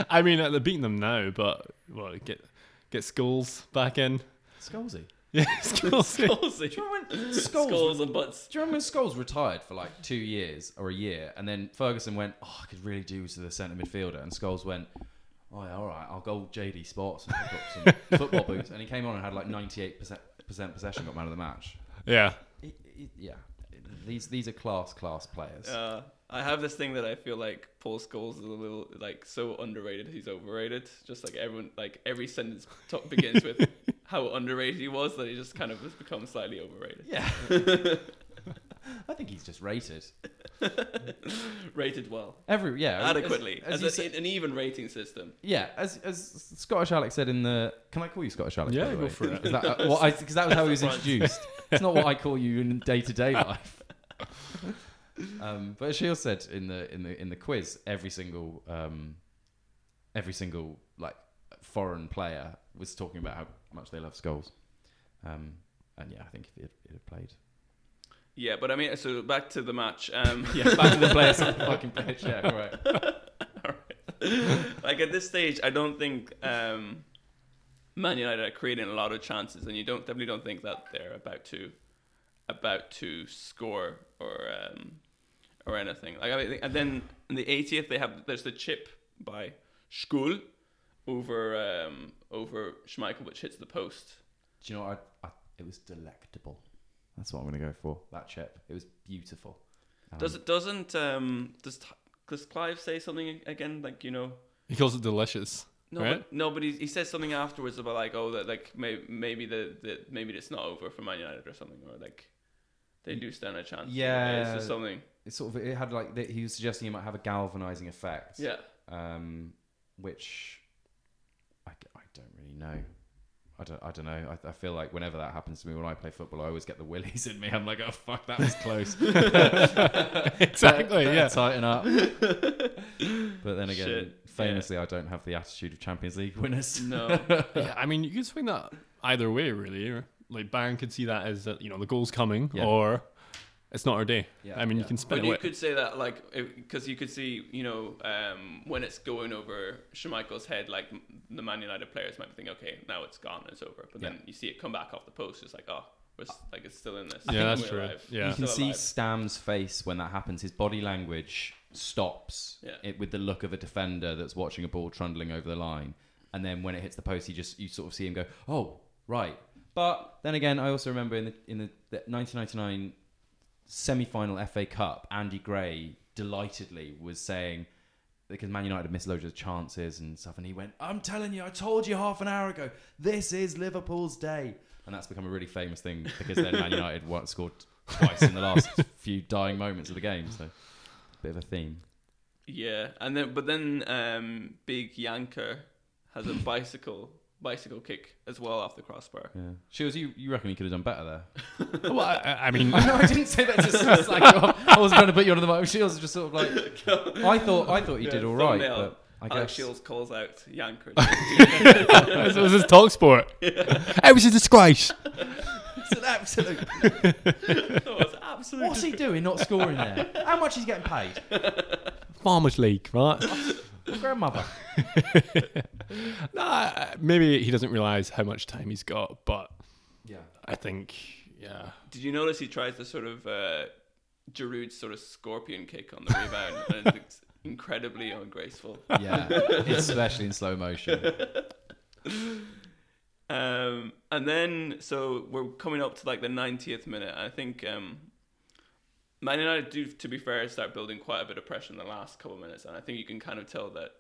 [SPEAKER 8] I mean, uh, they're beating them now, but well, get get Skulls back in.
[SPEAKER 9] Scholesy.
[SPEAKER 8] Yeah, Skulls.
[SPEAKER 9] Do you remember when Scholes,
[SPEAKER 7] Skulls and butts.
[SPEAKER 9] Do you remember when Scholes retired for like two years or a year, and then Ferguson went, "Oh, I could really do with the centre midfielder," and Scholes went, "Oh, yeah, all right, I'll go JD Sports and pick up some football boots," and he came on and had like ninety-eight percent possession, got man of the match.
[SPEAKER 8] yeah.
[SPEAKER 9] He- he- yeah, these these are class class players.
[SPEAKER 7] Uh, I have this thing that I feel like Paul Scholes is a little like so underrated. He's overrated. Just like everyone, like every sentence to begins with how underrated he was that he just kind of has become slightly overrated.
[SPEAKER 9] yeah, I think he's just rated
[SPEAKER 7] Rated well,
[SPEAKER 9] every yeah as-
[SPEAKER 7] adequately,
[SPEAKER 9] as
[SPEAKER 7] as,
[SPEAKER 9] you
[SPEAKER 7] a-
[SPEAKER 9] said-
[SPEAKER 7] in an even rating system.
[SPEAKER 9] Yeah, as as Scottish Alex said in the. Can I call you Scottish Alex?
[SPEAKER 8] Yeah,
[SPEAKER 9] by the
[SPEAKER 8] go
[SPEAKER 9] way?
[SPEAKER 8] for it.
[SPEAKER 9] Is that, uh, what I because that was how he was introduced. it's not what I call you in day to day life. Um, but Shield said in the in the in the quiz, every single um, every single like foreign player was talking about how much they love Skulls. Um, and yeah, I think if it, it had played.
[SPEAKER 7] Yeah, but I mean, so back to the match. Um,
[SPEAKER 9] Yeah, back to the players on the fucking pitch. Yeah, all right.
[SPEAKER 7] like at this stage, I don't think um, Man United are creating a lot of chances, and you don't definitely don't think that they're about to about to score or um, or anything. Like I think, and then in the 80th, they have there's the chip by School over um, over Schmeichel, which hits the post.
[SPEAKER 9] Do you know what? I, I, it was delectable. That's what I'm going to go for. That chip. It was beautiful. Um,
[SPEAKER 7] Does it doesn't um, does T- does Clive say something again? Like you know.
[SPEAKER 8] He calls it delicious.
[SPEAKER 7] No,
[SPEAKER 8] right?
[SPEAKER 7] but, no, but he, he says something afterwards about like, oh, that like may, maybe the, the maybe it's not over for Man United or something, or like they do stand a chance. it's
[SPEAKER 9] Yeah.
[SPEAKER 7] just something.
[SPEAKER 9] it sort of it had like that he was suggesting it might have a galvanizing effect.
[SPEAKER 7] Yeah,
[SPEAKER 9] Um, which I, g- I don't really know. I don't, I don't know. I, I feel like whenever that happens to me when I play football, I always get the willies in me. I'm like, oh fuck, that was close.
[SPEAKER 8] Exactly,
[SPEAKER 9] Better
[SPEAKER 8] yeah.
[SPEAKER 9] Tighten up. but then again,
[SPEAKER 7] Shit,
[SPEAKER 9] famously, I don't have the attitude of Champions League winners.
[SPEAKER 7] no,
[SPEAKER 8] yeah, I mean, you could swing that either way, really. Like Bayern could see that as uh, you know the goal's coming,
[SPEAKER 9] Yeah.
[SPEAKER 8] or it's not our day.
[SPEAKER 9] Yeah,
[SPEAKER 8] I mean, you
[SPEAKER 9] yeah.
[SPEAKER 8] can
[SPEAKER 7] but
[SPEAKER 8] spin it.
[SPEAKER 7] you
[SPEAKER 8] wi-
[SPEAKER 7] could say that like because you could see you know um, when it's going over Schmeichel's head, like m- the Man United players might be thinking, okay, now it's gone, it's over. But then you see it come back off the post, it's like, oh, we're s- like it's still in this.
[SPEAKER 8] yeah,
[SPEAKER 7] We're
[SPEAKER 8] that's true.
[SPEAKER 7] alive.
[SPEAKER 8] Yeah,
[SPEAKER 9] you can
[SPEAKER 7] Still
[SPEAKER 9] see
[SPEAKER 7] alive.
[SPEAKER 9] Stam's face when that happens. His body language stops
[SPEAKER 7] Yeah.
[SPEAKER 9] it, with the look of a defender that's watching a ball trundling over the line, and then when it hits the post, you just you sort of see him go, "Oh, right." But then again, I also remember in the in the, the 1999 semi-final FA Cup, Andy Gray delightedly was saying because Man United had missed loads of chances and stuff, and he went, "I'm telling you, I told you half an hour ago, this is Liverpool's day," and that's become a really famous thing because then Man United won- scored twice in the last few dying moments of the game, so bit of a theme.
[SPEAKER 7] Yeah, and then but then um, Big Yanker has a bicycle bicycle kick as well off the crossbar.
[SPEAKER 9] Yeah, Shields, you, you reckon he could have done better there?
[SPEAKER 8] well, I- I, I mean,
[SPEAKER 9] no, I didn't say that to sort of slag you off. I was going to put you on the mic. Shields is just sort of like, I thought I thought he did all right,
[SPEAKER 7] Thumbnail.
[SPEAKER 9] but I
[SPEAKER 7] Alex
[SPEAKER 9] guess
[SPEAKER 7] Shields calls out Yanker.
[SPEAKER 8] this was his talk sport. It was a disgrace.
[SPEAKER 9] it's an absolute.
[SPEAKER 7] that was absolutely
[SPEAKER 9] What's he doing? Not scoring there? How much is he getting paid?
[SPEAKER 8] Farmers League, right?
[SPEAKER 9] Grandmother.
[SPEAKER 8] nah, maybe he doesn't realize how much time he's got, but
[SPEAKER 9] Yeah.
[SPEAKER 8] I think, yeah.
[SPEAKER 7] Did you notice he tries the sort of uh, Giroud's sort of scorpion kick on the rebound? and it's incredibly ungraceful.
[SPEAKER 9] Yeah, especially in slow motion.
[SPEAKER 7] Um, and then, so we're coming up to like the 90th minute. I think um, Man United do, to be fair, start building quite a bit of pressure in the last couple of minutes. And I think you can kind of tell that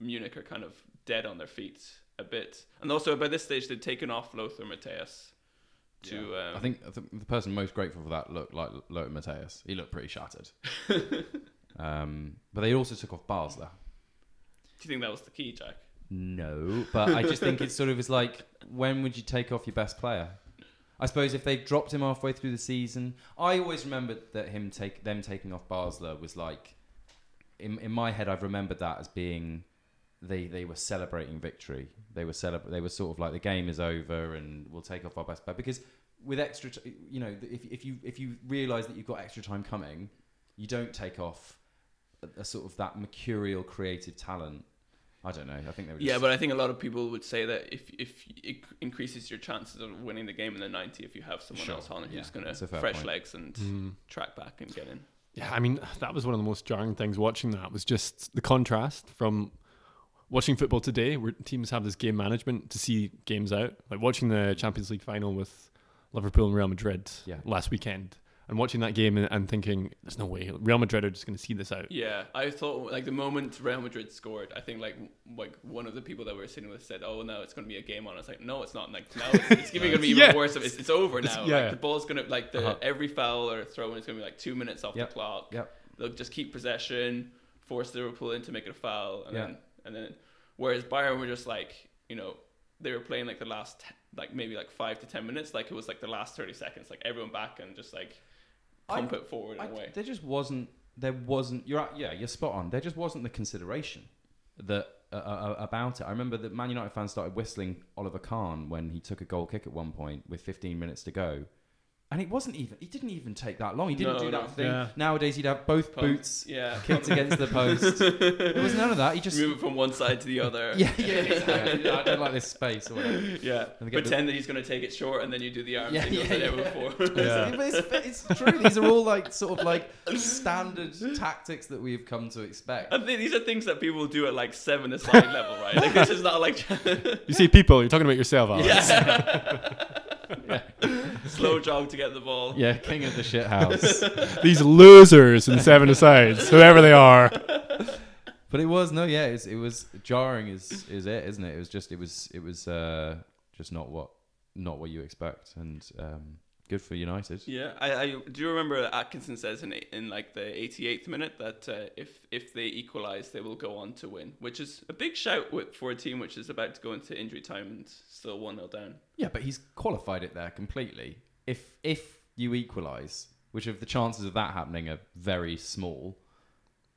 [SPEAKER 7] Munich are kind of dead on their feet a bit. And also, by this stage, they'd taken off Lothar Matthäus to. Um,
[SPEAKER 9] I think I think the person most grateful for that looked like Lothar Mateus. He looked pretty shattered. um, but they also took off Basler.
[SPEAKER 7] Do you think that was the key, Jack?
[SPEAKER 9] No, but I just think it's sort of it's like when would you take off your best player? I suppose if they dropped him halfway through the season, I always remembered that him take them taking off Basler was like, in in my head, I've remembered that as being they they were celebrating victory. They were celebra- They were sort of like the game is over and we'll take off our best player because with extra, t- you know, if if you if you realize that you've got extra time coming, you don't take off a, a sort of that mercurial creative talent. I don't know. I think they were. Just,
[SPEAKER 7] Yeah, but I think a lot of people would say that if if it increases your chances of winning the game in the 90 if you have someone
[SPEAKER 9] Sure,
[SPEAKER 7] else on
[SPEAKER 9] yeah,
[SPEAKER 7] who's going to
[SPEAKER 9] that's a fair
[SPEAKER 7] fresh
[SPEAKER 9] point. Mm-hmm.
[SPEAKER 7] legs and
[SPEAKER 8] Mm.
[SPEAKER 7] track back and get in.
[SPEAKER 8] Yeah, I mean, that was one of the most jarring things watching that was just the contrast from watching football today, where teams have this game management to see games out, like watching the Champions League final with Liverpool and Real Madrid
[SPEAKER 9] Yeah.
[SPEAKER 8] last weekend, and watching that game and, and thinking, there's no way Real Madrid are just going to see this out.
[SPEAKER 7] Yeah, I thought like the moment Real Madrid scored, I think like w- like one of the people that we were sitting with said, "Oh no, it's going to be a game on." I was like, "No, it's not." Like now it's, it's even going to be even
[SPEAKER 8] Yes.
[SPEAKER 7] worse. It's, it's over
[SPEAKER 8] It's-
[SPEAKER 7] now.
[SPEAKER 8] yeah.
[SPEAKER 7] Like, the ball's going to like the
[SPEAKER 8] Uh-huh.
[SPEAKER 7] every foul or throw in is going to be like two minutes off
[SPEAKER 9] Yep,
[SPEAKER 7] the clock.
[SPEAKER 9] yep.
[SPEAKER 7] They'll just keep possession, force Liverpool into making a foul, and
[SPEAKER 9] Yeah.
[SPEAKER 7] then and then whereas Bayern were just like you know they were playing like the last t- like maybe like five to ten minutes, like it was like the last thirty seconds, like everyone back and just like
[SPEAKER 9] I-
[SPEAKER 7] pump it forward
[SPEAKER 9] I-
[SPEAKER 7] and away.
[SPEAKER 9] There just wasn't. There wasn't. You're right, yeah. You're spot on. There just wasn't the consideration that uh, uh, about it. I remember that Man United fans started whistling Oliver Kahn when he took a goal kick at one point with 15 minutes to go. And it wasn't even. He didn't even take that long. He didn't
[SPEAKER 7] No,
[SPEAKER 9] do
[SPEAKER 7] no.
[SPEAKER 9] that thing.
[SPEAKER 8] Yeah.
[SPEAKER 9] Nowadays, you'd have both
[SPEAKER 7] Pump-
[SPEAKER 9] boots
[SPEAKER 7] yeah,
[SPEAKER 9] kicked against the post. There was none of that. He just.
[SPEAKER 7] move it from one side to the other.
[SPEAKER 9] Yeah, yeah, exactly. Yeah, I don't like this space or whatever.
[SPEAKER 7] Yeah.
[SPEAKER 9] And they get
[SPEAKER 7] Pretend that he's going to take it short, and then you do the arms.
[SPEAKER 9] Yeah,
[SPEAKER 7] and you'll
[SPEAKER 9] yeah,
[SPEAKER 7] say they were
[SPEAKER 9] yeah.
[SPEAKER 7] four.
[SPEAKER 8] Yeah.
[SPEAKER 9] But it's, it's true. These are all like sort of like standard tactics that we've come to expect.
[SPEAKER 7] I think these are things that people do at like seven aside level, right? Like this is not like
[SPEAKER 8] You see, people, you're talking about yourself, Alex.
[SPEAKER 7] slow jog to get the ball.
[SPEAKER 9] Yeah, king of the shit house.
[SPEAKER 8] These losers in seven asides, whoever they are.
[SPEAKER 9] but it was no, yeah, it was, it was jarring. Is is it? Isn't it? It was just it was it was uh, just not what not what you expect, and um, good for United.
[SPEAKER 7] Yeah, I, I do you remember Atkinson says in in like the 88th minute that uh, if if they equalize, they will go on to win, which is a big shout wi- for a team which is about to go into injury time and still one 0 down.
[SPEAKER 9] Yeah, but he's qualified it there completely. If if you equalise, which of the chances of that happening are very small.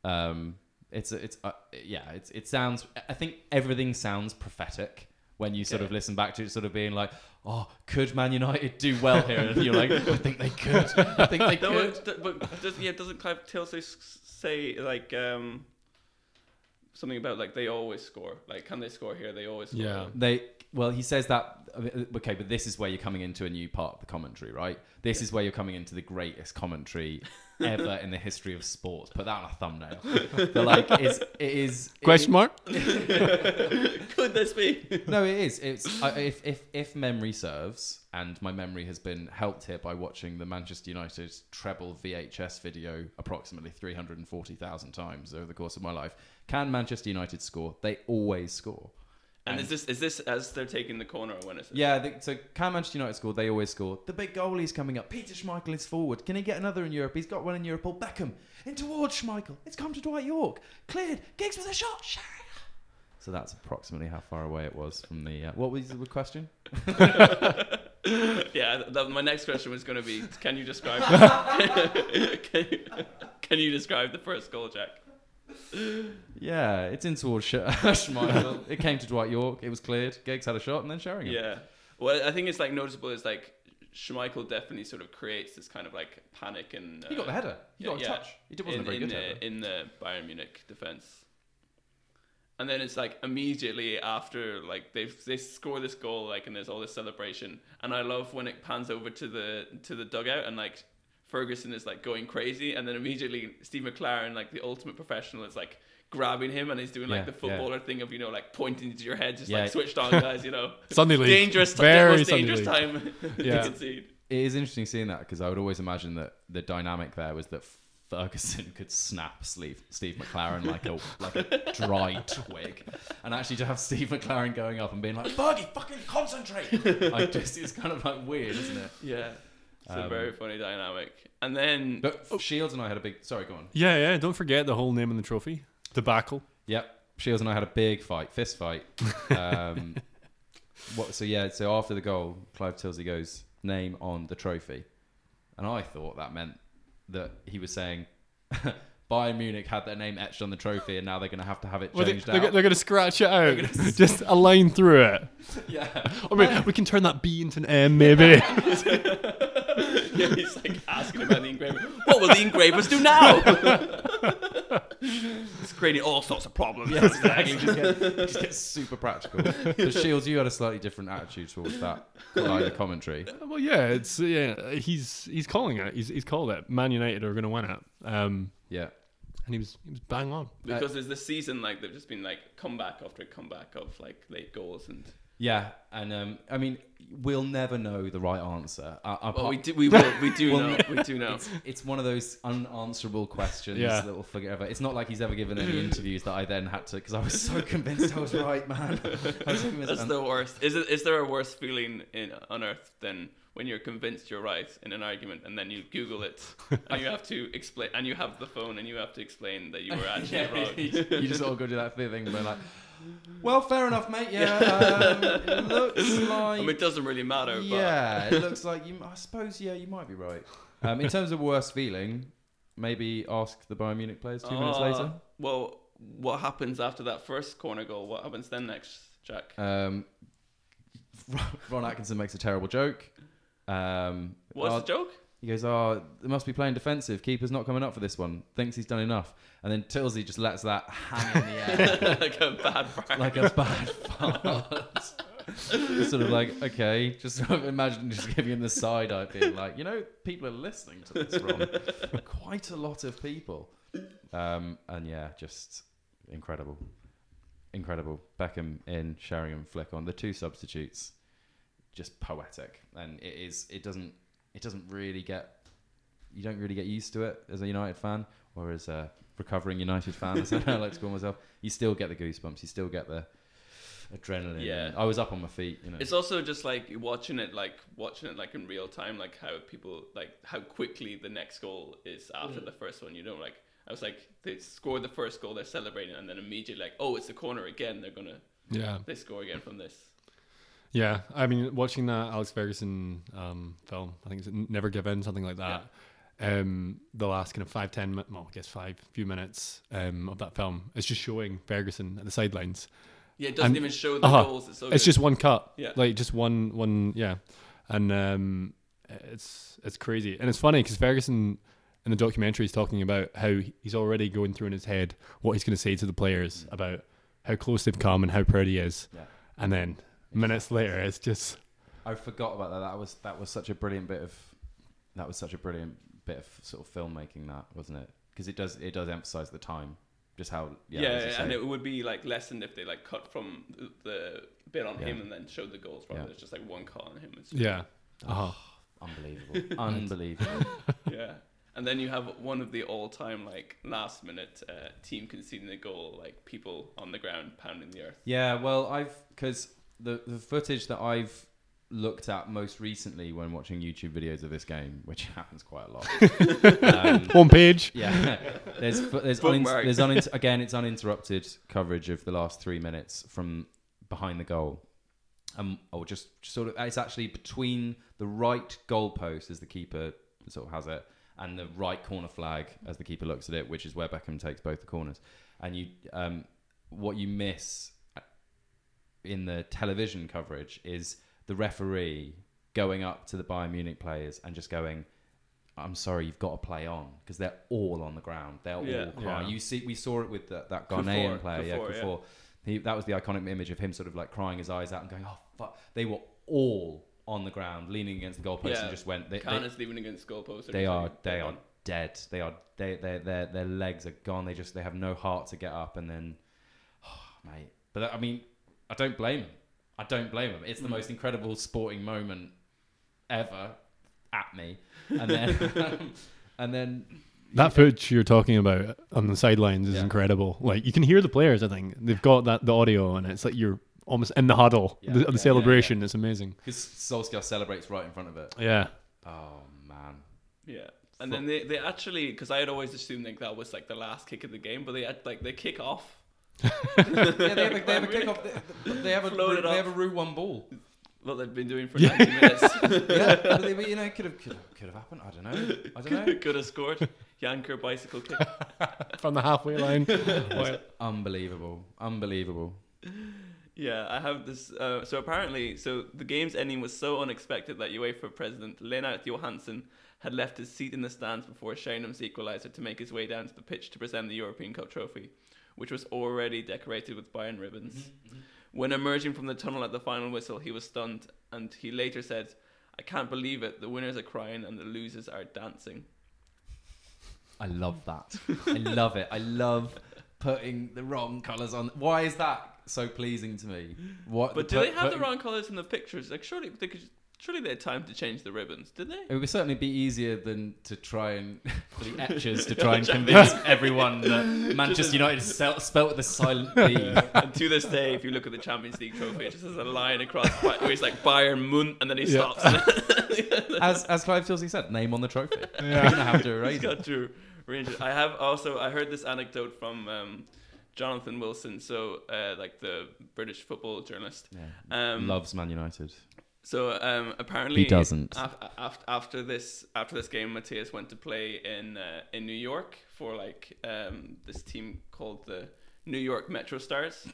[SPEAKER 9] Um, it's it's uh, yeah, it's it sounds. I think everything sounds prophetic when you sort of
[SPEAKER 7] Yeah.
[SPEAKER 9] listen back to it, sort of being like, oh, could Man United do well here? And you're like, I think they could. I think they
[SPEAKER 7] No,
[SPEAKER 9] could.
[SPEAKER 7] but, d- but does, yeah, doesn't Clive Tilsley s- say like um, something about like they always score? Like, can they score here? They always score.
[SPEAKER 8] Yeah.
[SPEAKER 9] They well, he says that I mean, okay, but this is where you're coming into a new part of the commentary, right? This is where you're coming into the greatest commentary ever in the history of sports. Put that on a thumbnail. but like, it's, it is it
[SPEAKER 8] Question
[SPEAKER 9] is-
[SPEAKER 8] mark?
[SPEAKER 7] Could this be?
[SPEAKER 9] no, it is. It's I, if if if memory serves, and my memory has been helped here by watching the Manchester United treble VHS video approximately three hundred and forty thousand times over the course of my life. Can Manchester United score? They always score.
[SPEAKER 7] and is this is this as they're taking the corner or when is it?
[SPEAKER 9] Yeah, the, so can Manchester United score? They always score. The big goalie's coming up. Peter Schmeichel is forward. Can he get another in Europe? He's got one in Europe. Or Beckham in towards Schmeichel. It's come to Dwight York. Cleared. Giggs with a shot. Shaq. So that's approximately how far away it was from the. Uh, what was the question?
[SPEAKER 7] yeah. th- th- my next question was going to be: Can you describe? can, you, can you describe the first goal, Jack?
[SPEAKER 9] Yeah, it's in towards Sch- Schmeichel. it came to Dwight York. It was cleared. Giggs had a shot and then Sheringham.
[SPEAKER 7] Yeah. Well, I think it's like noticeable is like Schmeichel definitely sort of creates this kind of like panic and uh,
[SPEAKER 9] He got the header. He got a touch. He wasn't
[SPEAKER 7] in,
[SPEAKER 9] a very
[SPEAKER 7] in
[SPEAKER 9] good
[SPEAKER 7] the,
[SPEAKER 9] header.
[SPEAKER 7] in the Bayern Munich defense. And then it's like immediately after, like they've they score this goal, like and there's all this celebration. And I love when it pans over to the to the dugout and like Ferguson is like going crazy, and then immediately Steve McLaren, like the ultimate professional, is like grabbing him and he's doing like
[SPEAKER 9] Yeah,
[SPEAKER 7] the
[SPEAKER 9] yeah.
[SPEAKER 7] footballer thing of you know like pointing to your head, just
[SPEAKER 9] Yeah.
[SPEAKER 7] like switched on guys, you know.
[SPEAKER 8] Sunday league.
[SPEAKER 7] Dangerous, ti-
[SPEAKER 8] Very
[SPEAKER 7] most
[SPEAKER 8] Sunday
[SPEAKER 7] dangerous
[SPEAKER 8] league.
[SPEAKER 7] time.
[SPEAKER 8] Yeah.
[SPEAKER 7] to concede.
[SPEAKER 9] it is interesting seeing that because I would always imagine that the dynamic there was that Ferguson could snap Steve, Steve McLaren like a like a dry twig, and actually to have Steve McLaren going up and being like Fergie, fucking concentrate. I just it's kind of like weird, isn't it?
[SPEAKER 7] Yeah. It's a
[SPEAKER 9] Um,
[SPEAKER 7] very funny dynamic. And then
[SPEAKER 9] But Shields and I had a big sorry, go on.
[SPEAKER 8] Yeah, yeah. Don't forget the whole name and the trophy. Debacle.
[SPEAKER 9] Yep, Shields and I had a big fight, fist fight. Um, what? So yeah, so after the goal, Clive Tilsley goes, name on the trophy. And I thought that meant that he was saying Bayern Munich had their name etched on the trophy and now they're going to have to have it
[SPEAKER 8] Well, they,
[SPEAKER 9] changed out.
[SPEAKER 8] are going to scratch it out. Just a line through it.
[SPEAKER 9] Yeah.
[SPEAKER 8] I mean, we can turn that B into an M, maybe.
[SPEAKER 7] yeah, he's like asking about the engraver. What will the engravers do now? it's creating all sorts of problems.
[SPEAKER 9] Yeah, exactly. just, get, just get super practical. But Shields, you had a slightly different attitude towards that line of commentary.
[SPEAKER 8] Well, yeah, it's yeah. He's he's calling it. He's he's called it. Man United are going to win it. Um,
[SPEAKER 9] yeah,
[SPEAKER 8] and he was he was bang on.
[SPEAKER 7] Because there's this season like they've just been like comeback after comeback of like late goals and
[SPEAKER 9] Yeah, and um, I mean, we'll never know the right answer. Uh, apart-
[SPEAKER 7] Well, we do- we will- we do know, we do know.
[SPEAKER 9] It's, it's one of those unanswerable questions
[SPEAKER 8] Yeah.
[SPEAKER 9] that we'll forget about. It's not like he's ever given any interviews that I then had to because I was so convinced I was right, man. I was convinced-
[SPEAKER 7] That's
[SPEAKER 9] and-
[SPEAKER 7] the worst. Is it? Is there a worse feeling in, on earth than when you're convinced you're right in an argument and then you Google it and you have to explain and you have the phone and you have to explain that you were actually
[SPEAKER 9] Yeah,
[SPEAKER 7] wrong.
[SPEAKER 9] you just- you just all go do that thing where like, well, fair enough, mate. Yeah, um, it looks
[SPEAKER 7] I
[SPEAKER 9] like
[SPEAKER 7] mean, it doesn't really matter. but-
[SPEAKER 9] Yeah, it looks like you. I suppose yeah, you might be right. Um, in terms of worst feeling, maybe ask the Bayern Munich players two minutes
[SPEAKER 7] Ah,
[SPEAKER 9] later.
[SPEAKER 7] Well, what happens after that first corner goal? What happens then next, Jack?
[SPEAKER 9] Um, Ron Atkinson makes a terrible joke. Um,
[SPEAKER 7] What's
[SPEAKER 9] oh,
[SPEAKER 7] the joke?
[SPEAKER 9] He goes, "Oh, they must be playing defensive. Keeper's not coming up for this one. Thinks he's done enough." And then Tilsey just lets that hang in the air
[SPEAKER 7] like a bad fart.
[SPEAKER 9] like a bad fart. sort of like, okay, just sort of imagine just giving him the side eye, being like, you know, people are listening to this, Ron. Quite a lot of people. Um, and yeah, just incredible. Incredible. Beckham in, Sheringham, Flick on. The two substitutes, just poetic. And it is, it doesn't, it doesn't really get, you don't really get used to it as a United fan or as a recovering United fan, as I like to call myself. You still get the goosebumps. You still get the adrenaline.
[SPEAKER 7] Yeah.
[SPEAKER 9] I was up on my feet, you know.
[SPEAKER 7] It's also just like watching it, like watching it, like in real time, like how people, like how quickly the next goal is after the first one. You know, like I was like, they scored the first goal, they're celebrating, and then immediately like, oh, it's the corner again. They're gonna,
[SPEAKER 8] Yeah.
[SPEAKER 7] they score again from this.
[SPEAKER 8] Yeah, I mean, watching that Alex Ferguson um, film, I think it's Never Give In, something like that. Um, the last kind of five, ten, mi- well, I guess five few minutes um, of that film, it's just showing Ferguson at the sidelines.
[SPEAKER 7] Yeah, it doesn't even show
[SPEAKER 9] Uh-huh.
[SPEAKER 7] the goals, it's so good.
[SPEAKER 8] Uh-huh. just one cut.
[SPEAKER 7] Yeah.
[SPEAKER 8] like just one, one, yeah, and um, it's it's crazy, and it's funny because Ferguson in the documentary is talking about how he's already going through in his head what he's going to say to the players about how close they've come and how proud he is,
[SPEAKER 9] Mm. Yeah.
[SPEAKER 8] and then minutes later, it's just.
[SPEAKER 9] I forgot about that. That was that was such a brilliant bit of that was such a brilliant bit of sort of filmmaking. That wasn't it? Because it does it does emphasize the time, just how yeah.
[SPEAKER 7] Yeah,
[SPEAKER 9] as you say.
[SPEAKER 7] and it would be like lessened if they like cut from the, the bit on
[SPEAKER 9] Yeah.
[SPEAKER 7] him and then showed the goals. Rather,
[SPEAKER 9] Yeah.
[SPEAKER 7] than it's just like one cut on him. It's
[SPEAKER 8] Yeah. Uh-huh.
[SPEAKER 9] unbelievable, unbelievable.
[SPEAKER 7] yeah. And then you have one of the all-time like last-minute uh, team conceding a goal, like people on the ground pounding the earth.
[SPEAKER 9] Yeah, well, I've because the the footage that I've looked at most recently when watching YouTube videos of this game, which happens quite a lot. um,
[SPEAKER 8] One page.
[SPEAKER 9] Yeah, there's fu- there's, unin-
[SPEAKER 7] Bookmark.
[SPEAKER 9] there's unin- again it's uninterrupted coverage of the last three minutes from behind the goal, um, or just sort of it's actually between the right goalpost as the keeper sort of has it and the right corner flag as the keeper looks at it, which is where Beckham takes both the corners, and you um, what you miss in the television coverage is the referee going up to the Bayern Munich players and just going, "I'm sorry, you've got to play on," because they're all on the ground. They're
[SPEAKER 7] Yeah.
[SPEAKER 9] all crying.
[SPEAKER 8] Yeah.
[SPEAKER 9] You see, we saw it with that, that
[SPEAKER 7] Kufour,
[SPEAKER 9] Ghanaian player, yeah,
[SPEAKER 7] Kufour, yeah.
[SPEAKER 9] Kufour. He, that was the iconic image of him sort of like crying his eyes out and going, "Oh fuck!" They were all on the ground, leaning against the goalpost, and just went. They,
[SPEAKER 7] Khan
[SPEAKER 9] they,
[SPEAKER 7] is leaving against goalpost.
[SPEAKER 9] they
[SPEAKER 7] every
[SPEAKER 9] are.
[SPEAKER 7] second.
[SPEAKER 9] They are dead. They are. They. Their. Their. Their legs are gone. They just. They have no heart to get up. And then, oh, mate. But I mean, I don't blame him. I don't blame him.
[SPEAKER 7] Hmm.
[SPEAKER 9] It's the most incredible sporting moment ever at me. And then, and then,
[SPEAKER 8] That footage you're talking about on the sidelines is
[SPEAKER 9] Yeah.
[SPEAKER 8] incredible. Like you can hear the players. I think they've got that the audio, and it's like you're almost in the huddle
[SPEAKER 9] Yeah.
[SPEAKER 8] the,
[SPEAKER 9] Yeah,
[SPEAKER 8] of
[SPEAKER 9] yeah,
[SPEAKER 8] the celebration. It's amazing.
[SPEAKER 9] because Solskjaer celebrates right in front of it.
[SPEAKER 8] Yeah.
[SPEAKER 9] Oh man.
[SPEAKER 7] Yeah. And then they, they actually because I had always assumed like that was like the last kick of the game, but they had like they kick off.
[SPEAKER 9] Yeah, they have a, they have a
[SPEAKER 7] Really?
[SPEAKER 9] kickoff. They, they have a
[SPEAKER 7] Float it
[SPEAKER 9] they
[SPEAKER 7] up.
[SPEAKER 9] have a Rue one ball.
[SPEAKER 7] what they've been doing for
[SPEAKER 9] Yeah.
[SPEAKER 7] 90 minutes.
[SPEAKER 9] Yeah, but they- but, you know, could have- could have- could have happened. I don't know. I don't know.
[SPEAKER 7] Could have scored. Yanker bicycle kick.
[SPEAKER 8] From the halfway line. Wow.
[SPEAKER 9] unbelievable, unbelievable.
[SPEAKER 7] Yeah, I have this. Uh, so apparently, so the game's ending was so unexpected that UEFA president Lennart Johansson had left his seat in the stands before Sheringham's equaliser to make his way down to the pitch to present the European Cup trophy, which was already decorated with Bayern ribbons. When emerging from the tunnel at the final whistle, he was stunned, and he later said, "I can't believe it. The winners are crying and the losers are dancing."
[SPEAKER 9] I love that. I love it. I love putting the wrong colours on. Why is that so pleasing to me? What?
[SPEAKER 7] But do
[SPEAKER 9] the put-
[SPEAKER 7] they have the
[SPEAKER 9] putting-
[SPEAKER 7] wrong colours in the pictures? Like, surely they could. Surely they had time to change the ribbons, did they?
[SPEAKER 9] It would certainly be easier than to try and do etches to try and
[SPEAKER 7] Jack-
[SPEAKER 9] convince everyone that
[SPEAKER 7] Just-
[SPEAKER 9] Manchester United is spelt, spelt with a silent B.
[SPEAKER 7] and to this day, if you look at the Champions League trophy, it just has a line across where he's like Bayern Munich, and then he
[SPEAKER 9] Yeah.
[SPEAKER 7] stops.
[SPEAKER 9] as as Clive Tilsley said, name on the trophy. You're gonna have to erase
[SPEAKER 7] He's
[SPEAKER 9] it.
[SPEAKER 7] got to arrange it. I have also I heard this anecdote from um, Jonathan Wilson, so uh, like the British football journalist. Um,
[SPEAKER 9] Loves Man United.
[SPEAKER 7] So um, apparently
[SPEAKER 9] He doesn't.
[SPEAKER 7] Af- af- after this, after this game, Matthias went to play in uh, in New York for like um, this team called the New York Metro Stars,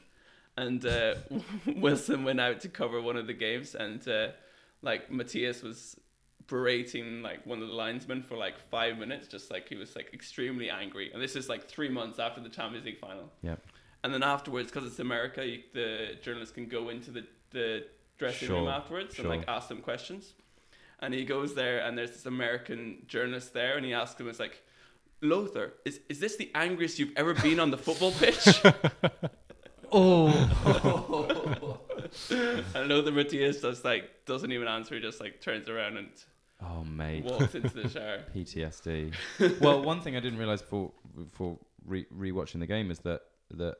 [SPEAKER 7] and uh, Wilson went out to cover one of the games, and uh, like Matthias was berating like one of the linesmen for like five minutes, just like he was like extremely angry, and this is like three months after the Champions League final.
[SPEAKER 9] Yep.
[SPEAKER 7] And then afterwards, because it's America, you, the journalists can go into the, the dressing room
[SPEAKER 9] Sure,
[SPEAKER 7] afterwards
[SPEAKER 9] sure.
[SPEAKER 7] and like ask them questions. And he goes there, and there's this American journalist there, and he asks him, "It's like, Lothar, is is this the angriest you've ever been on the football pitch?"
[SPEAKER 9] Oh.
[SPEAKER 7] and Lothar Matthias just like doesn't even answer. He just like turns around and
[SPEAKER 9] Oh mate.
[SPEAKER 7] walks into the shower.
[SPEAKER 9] PTSD. well, one thing I didn't realize before before re- rewatching the game is that that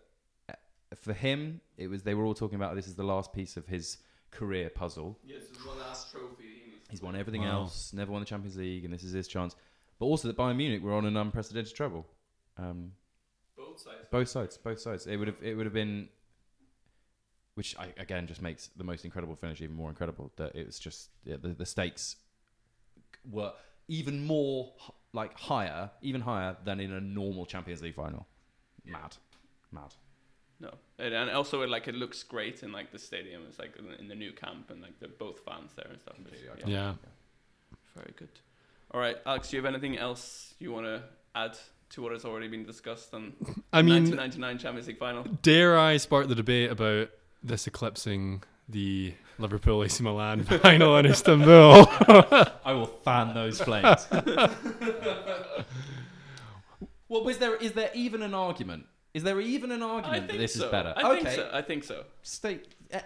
[SPEAKER 9] uh, for him it was they were all talking about this is the last piece of his career puzzle.
[SPEAKER 7] Yes, it's one last trophy.
[SPEAKER 9] He's won everything
[SPEAKER 8] Wow.
[SPEAKER 9] else, never won the Champions League, and this is his chance. But also that Bayern Munich were on an unprecedented trouble. Um,
[SPEAKER 7] Both sides.
[SPEAKER 9] both sides, both sides. It would have, it would have been, which I, again just makes the most incredible finish even more incredible. That it was just yeah, the, the stakes were even more h- like higher, even higher than in a normal Champions League final. Mad, mad.
[SPEAKER 7] No, and, and also it, like it looks great in like the stadium. It's like in the- in the new camp, and like they're both fans there and stuff. It's-
[SPEAKER 8] Yeah.
[SPEAKER 7] Very good. All right, Alex, do you have anything else you want to add to what has already been discussed on
[SPEAKER 8] I mean-
[SPEAKER 7] 1999 Champions League final?
[SPEAKER 8] Dare I spark the debate about this eclipsing the Liverpool AC Milan final in Istanbul?
[SPEAKER 9] I will fan those flames. What was there? Is there even an argument? Is there even an
[SPEAKER 7] I
[SPEAKER 9] argument that
[SPEAKER 7] think
[SPEAKER 9] this
[SPEAKER 7] so.
[SPEAKER 9] is better?
[SPEAKER 7] I
[SPEAKER 9] okay,
[SPEAKER 7] think so. I think so.
[SPEAKER 9] state. eh,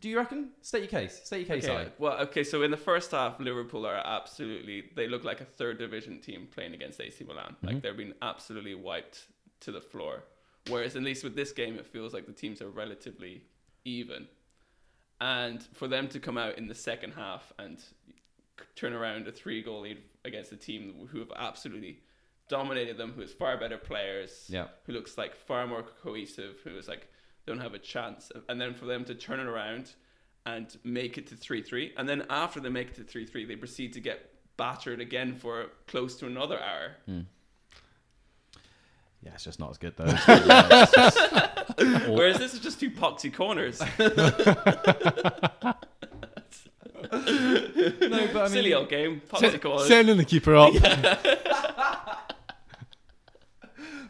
[SPEAKER 9] do you reckon? State your case. State your case.
[SPEAKER 7] Okay.
[SPEAKER 9] I.
[SPEAKER 7] Well, okay. So in the first half, Liverpool are absolutely. They look like a third division team playing against AC Milan. Like
[SPEAKER 9] Mhm.
[SPEAKER 7] they're being absolutely wiped to the floor. Whereas at least with this game, it feels like the teams are relatively even. And for them to come out in the second half and c- turn around a three-goal lead against a team who have absolutely dominated them, who has far better players,
[SPEAKER 9] Yeah.
[SPEAKER 7] who looks like far more cohesive, who is like don't have a chance, and then for them to turn it around and make it to three three, and then after they make it to three three, they proceed to get battered again for close to another hour.
[SPEAKER 8] Hmm.
[SPEAKER 9] Yeah, it's just not as good though. It's just-
[SPEAKER 7] Whereas this is just two poxy corners.
[SPEAKER 9] no, but I mean,
[SPEAKER 7] Silly old game, poxy corners.
[SPEAKER 8] Sending the keeper up.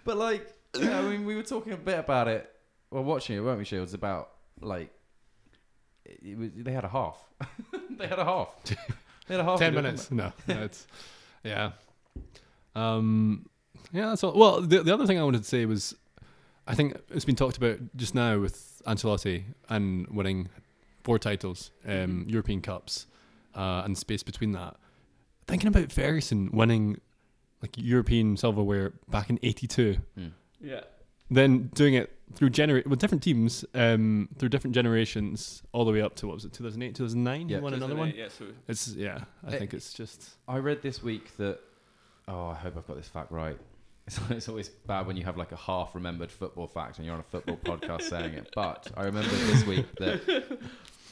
[SPEAKER 9] But like, yeah, I mean, we were talking a bit about it while watching it, weren't we? Shields about like it, it was, they had a half. they had a half. They had a half.
[SPEAKER 8] Ten
[SPEAKER 9] to do it,
[SPEAKER 8] minutes.
[SPEAKER 9] didn't
[SPEAKER 8] No, no, it's yeah. Um, yeah, that's all. Well, the, the other thing I wanted to say was, I think it's been talked about just now with Ancelotti and winning four titles, um, European Cups, uh, and space between that. Thinking about Ferguson winning like European silverware back in '82
[SPEAKER 7] yeah.
[SPEAKER 8] then doing it through gener with different teams um, through different generations all the way up to what was it 2008 2009
[SPEAKER 9] Yeah.
[SPEAKER 8] he won another one
[SPEAKER 7] 2008, yeah, so-
[SPEAKER 8] it's yeah i
[SPEAKER 9] Eh,
[SPEAKER 8] think it's just
[SPEAKER 9] I read this week that. Oh, I hope I've got this fact right. It's, it's always bad when you have like a half remembered football fact and you're on a football podcast saying it. But I remembered this week that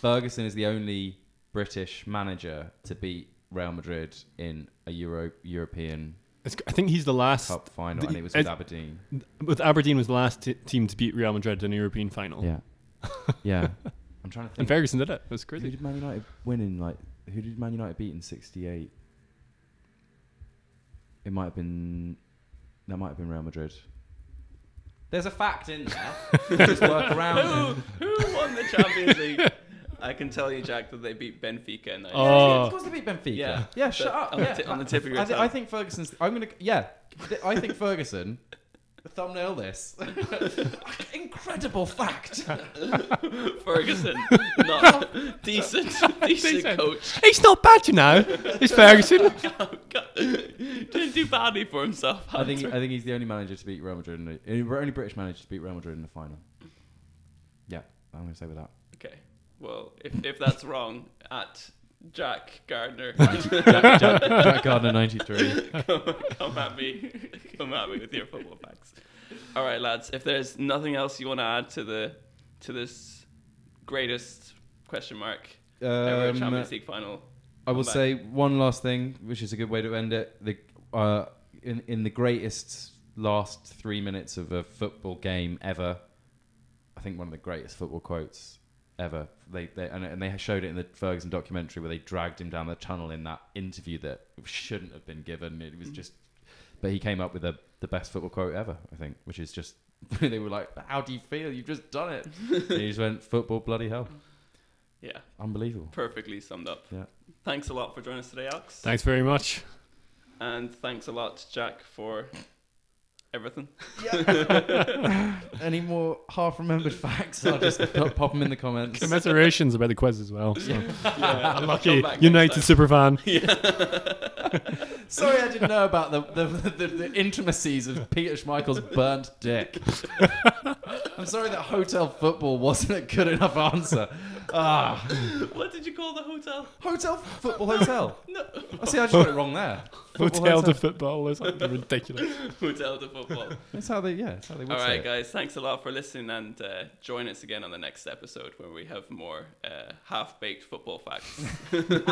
[SPEAKER 9] Ferguson is the only British manager to beat Real Madrid in a Euro European.
[SPEAKER 8] It's, I think he's the last
[SPEAKER 9] cup final, and it was with Aberdeen.
[SPEAKER 8] With Aberdeen was the last t- team to beat Real Madrid in a European final.
[SPEAKER 9] Yeah, yeah. Oh. I'm trying to think.
[SPEAKER 8] And Ferguson did it. It was
[SPEAKER 9] Who
[SPEAKER 8] crazy.
[SPEAKER 9] did Man United win in like? Who did Man United beat in '68? It might have been. That might have been Real Madrid. There's a fact in there. Just work around. it.
[SPEAKER 7] who, who won the Champions League? I can tell you, Jack, that they beat Benfica. In 96.
[SPEAKER 8] Oh.
[SPEAKER 9] Of course they beat Benfica.
[SPEAKER 7] Yeah.
[SPEAKER 9] yeah shut
[SPEAKER 7] But
[SPEAKER 9] up.
[SPEAKER 7] on the
[SPEAKER 9] yeah.
[SPEAKER 7] ti- on the tip of your
[SPEAKER 9] I, thi-
[SPEAKER 7] tongue.
[SPEAKER 9] I think Ferguson's. I'm gonna. Yeah. Th- I think Ferguson. Thumbnail this. Incredible fact.
[SPEAKER 7] Ferguson, not decent, decent,
[SPEAKER 8] Decent.
[SPEAKER 7] coach. Oh,
[SPEAKER 8] He's not bad, you know. It's Ferguson.
[SPEAKER 7] Didn't do badly for himself.
[SPEAKER 9] I think. I think he's the only manager to beat Real Madrid. In the, only British manager to beat Real Madrid in the final. Yeah, I'm gonna say with that.
[SPEAKER 7] Okay. Well, if, if that's wrong, at Jack Gardner,
[SPEAKER 9] Jack, Jack, Jack Gardner, 93.
[SPEAKER 7] come, come at me. Come at me with your football facts. All right, lads. If there's nothing else you want to add to the to this greatest question mark ever
[SPEAKER 9] Um,
[SPEAKER 7] Champions League final,
[SPEAKER 9] I will
[SPEAKER 7] back.
[SPEAKER 9] say one last thing, which is a good way to end it. The uh, in in the greatest last three minutes of a football game ever, I think one of the greatest football quotes ever. They, they and, and they showed it in the Ferguson documentary where they dragged him down the tunnel in that interview that shouldn't have been given. It was just, but he came up with the the best football quote ever, I think, which is just. they were like, "How do you feel? You've just done it." and he just went, "Football, bloody hell,
[SPEAKER 7] yeah,
[SPEAKER 9] unbelievable."
[SPEAKER 7] perfectly summed up.
[SPEAKER 9] Yeah.
[SPEAKER 7] Thanks a lot for joining us today, Alex.
[SPEAKER 8] Thanks very much.
[SPEAKER 7] And thanks a lot, Jack, for everything.
[SPEAKER 9] any more half remembered facts, I'll just pop, pop them in the comments.
[SPEAKER 8] Commiserations about the quiz as well. So.
[SPEAKER 7] Come
[SPEAKER 8] Unlucky.
[SPEAKER 7] back next
[SPEAKER 8] United
[SPEAKER 7] time.
[SPEAKER 8] superfan.
[SPEAKER 9] Sorry, I didn't know about the, the, the, the intimacies of Peter Schmeichel's burnt dick. I'm sorry that hotel football wasn't a good enough answer. Ah,
[SPEAKER 7] What did you call the hotel?
[SPEAKER 9] hotel football hotel.
[SPEAKER 7] No.
[SPEAKER 9] I see, I just got it wrong there. Football
[SPEAKER 8] Hotel to football or something ridiculous.
[SPEAKER 7] hotel to football.
[SPEAKER 9] That's how they, yeah, that's how they would
[SPEAKER 7] All
[SPEAKER 9] say
[SPEAKER 7] right,
[SPEAKER 9] it.
[SPEAKER 7] guys. Thanks a lot for listening, and uh, join us again on the next episode where we have more uh, half-baked football facts.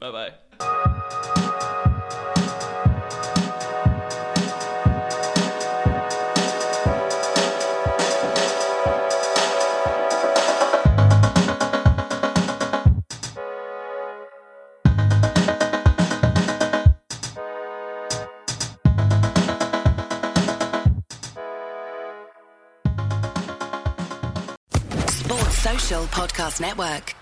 [SPEAKER 7] bye bye.
[SPEAKER 10] Sports Social Podcast Network.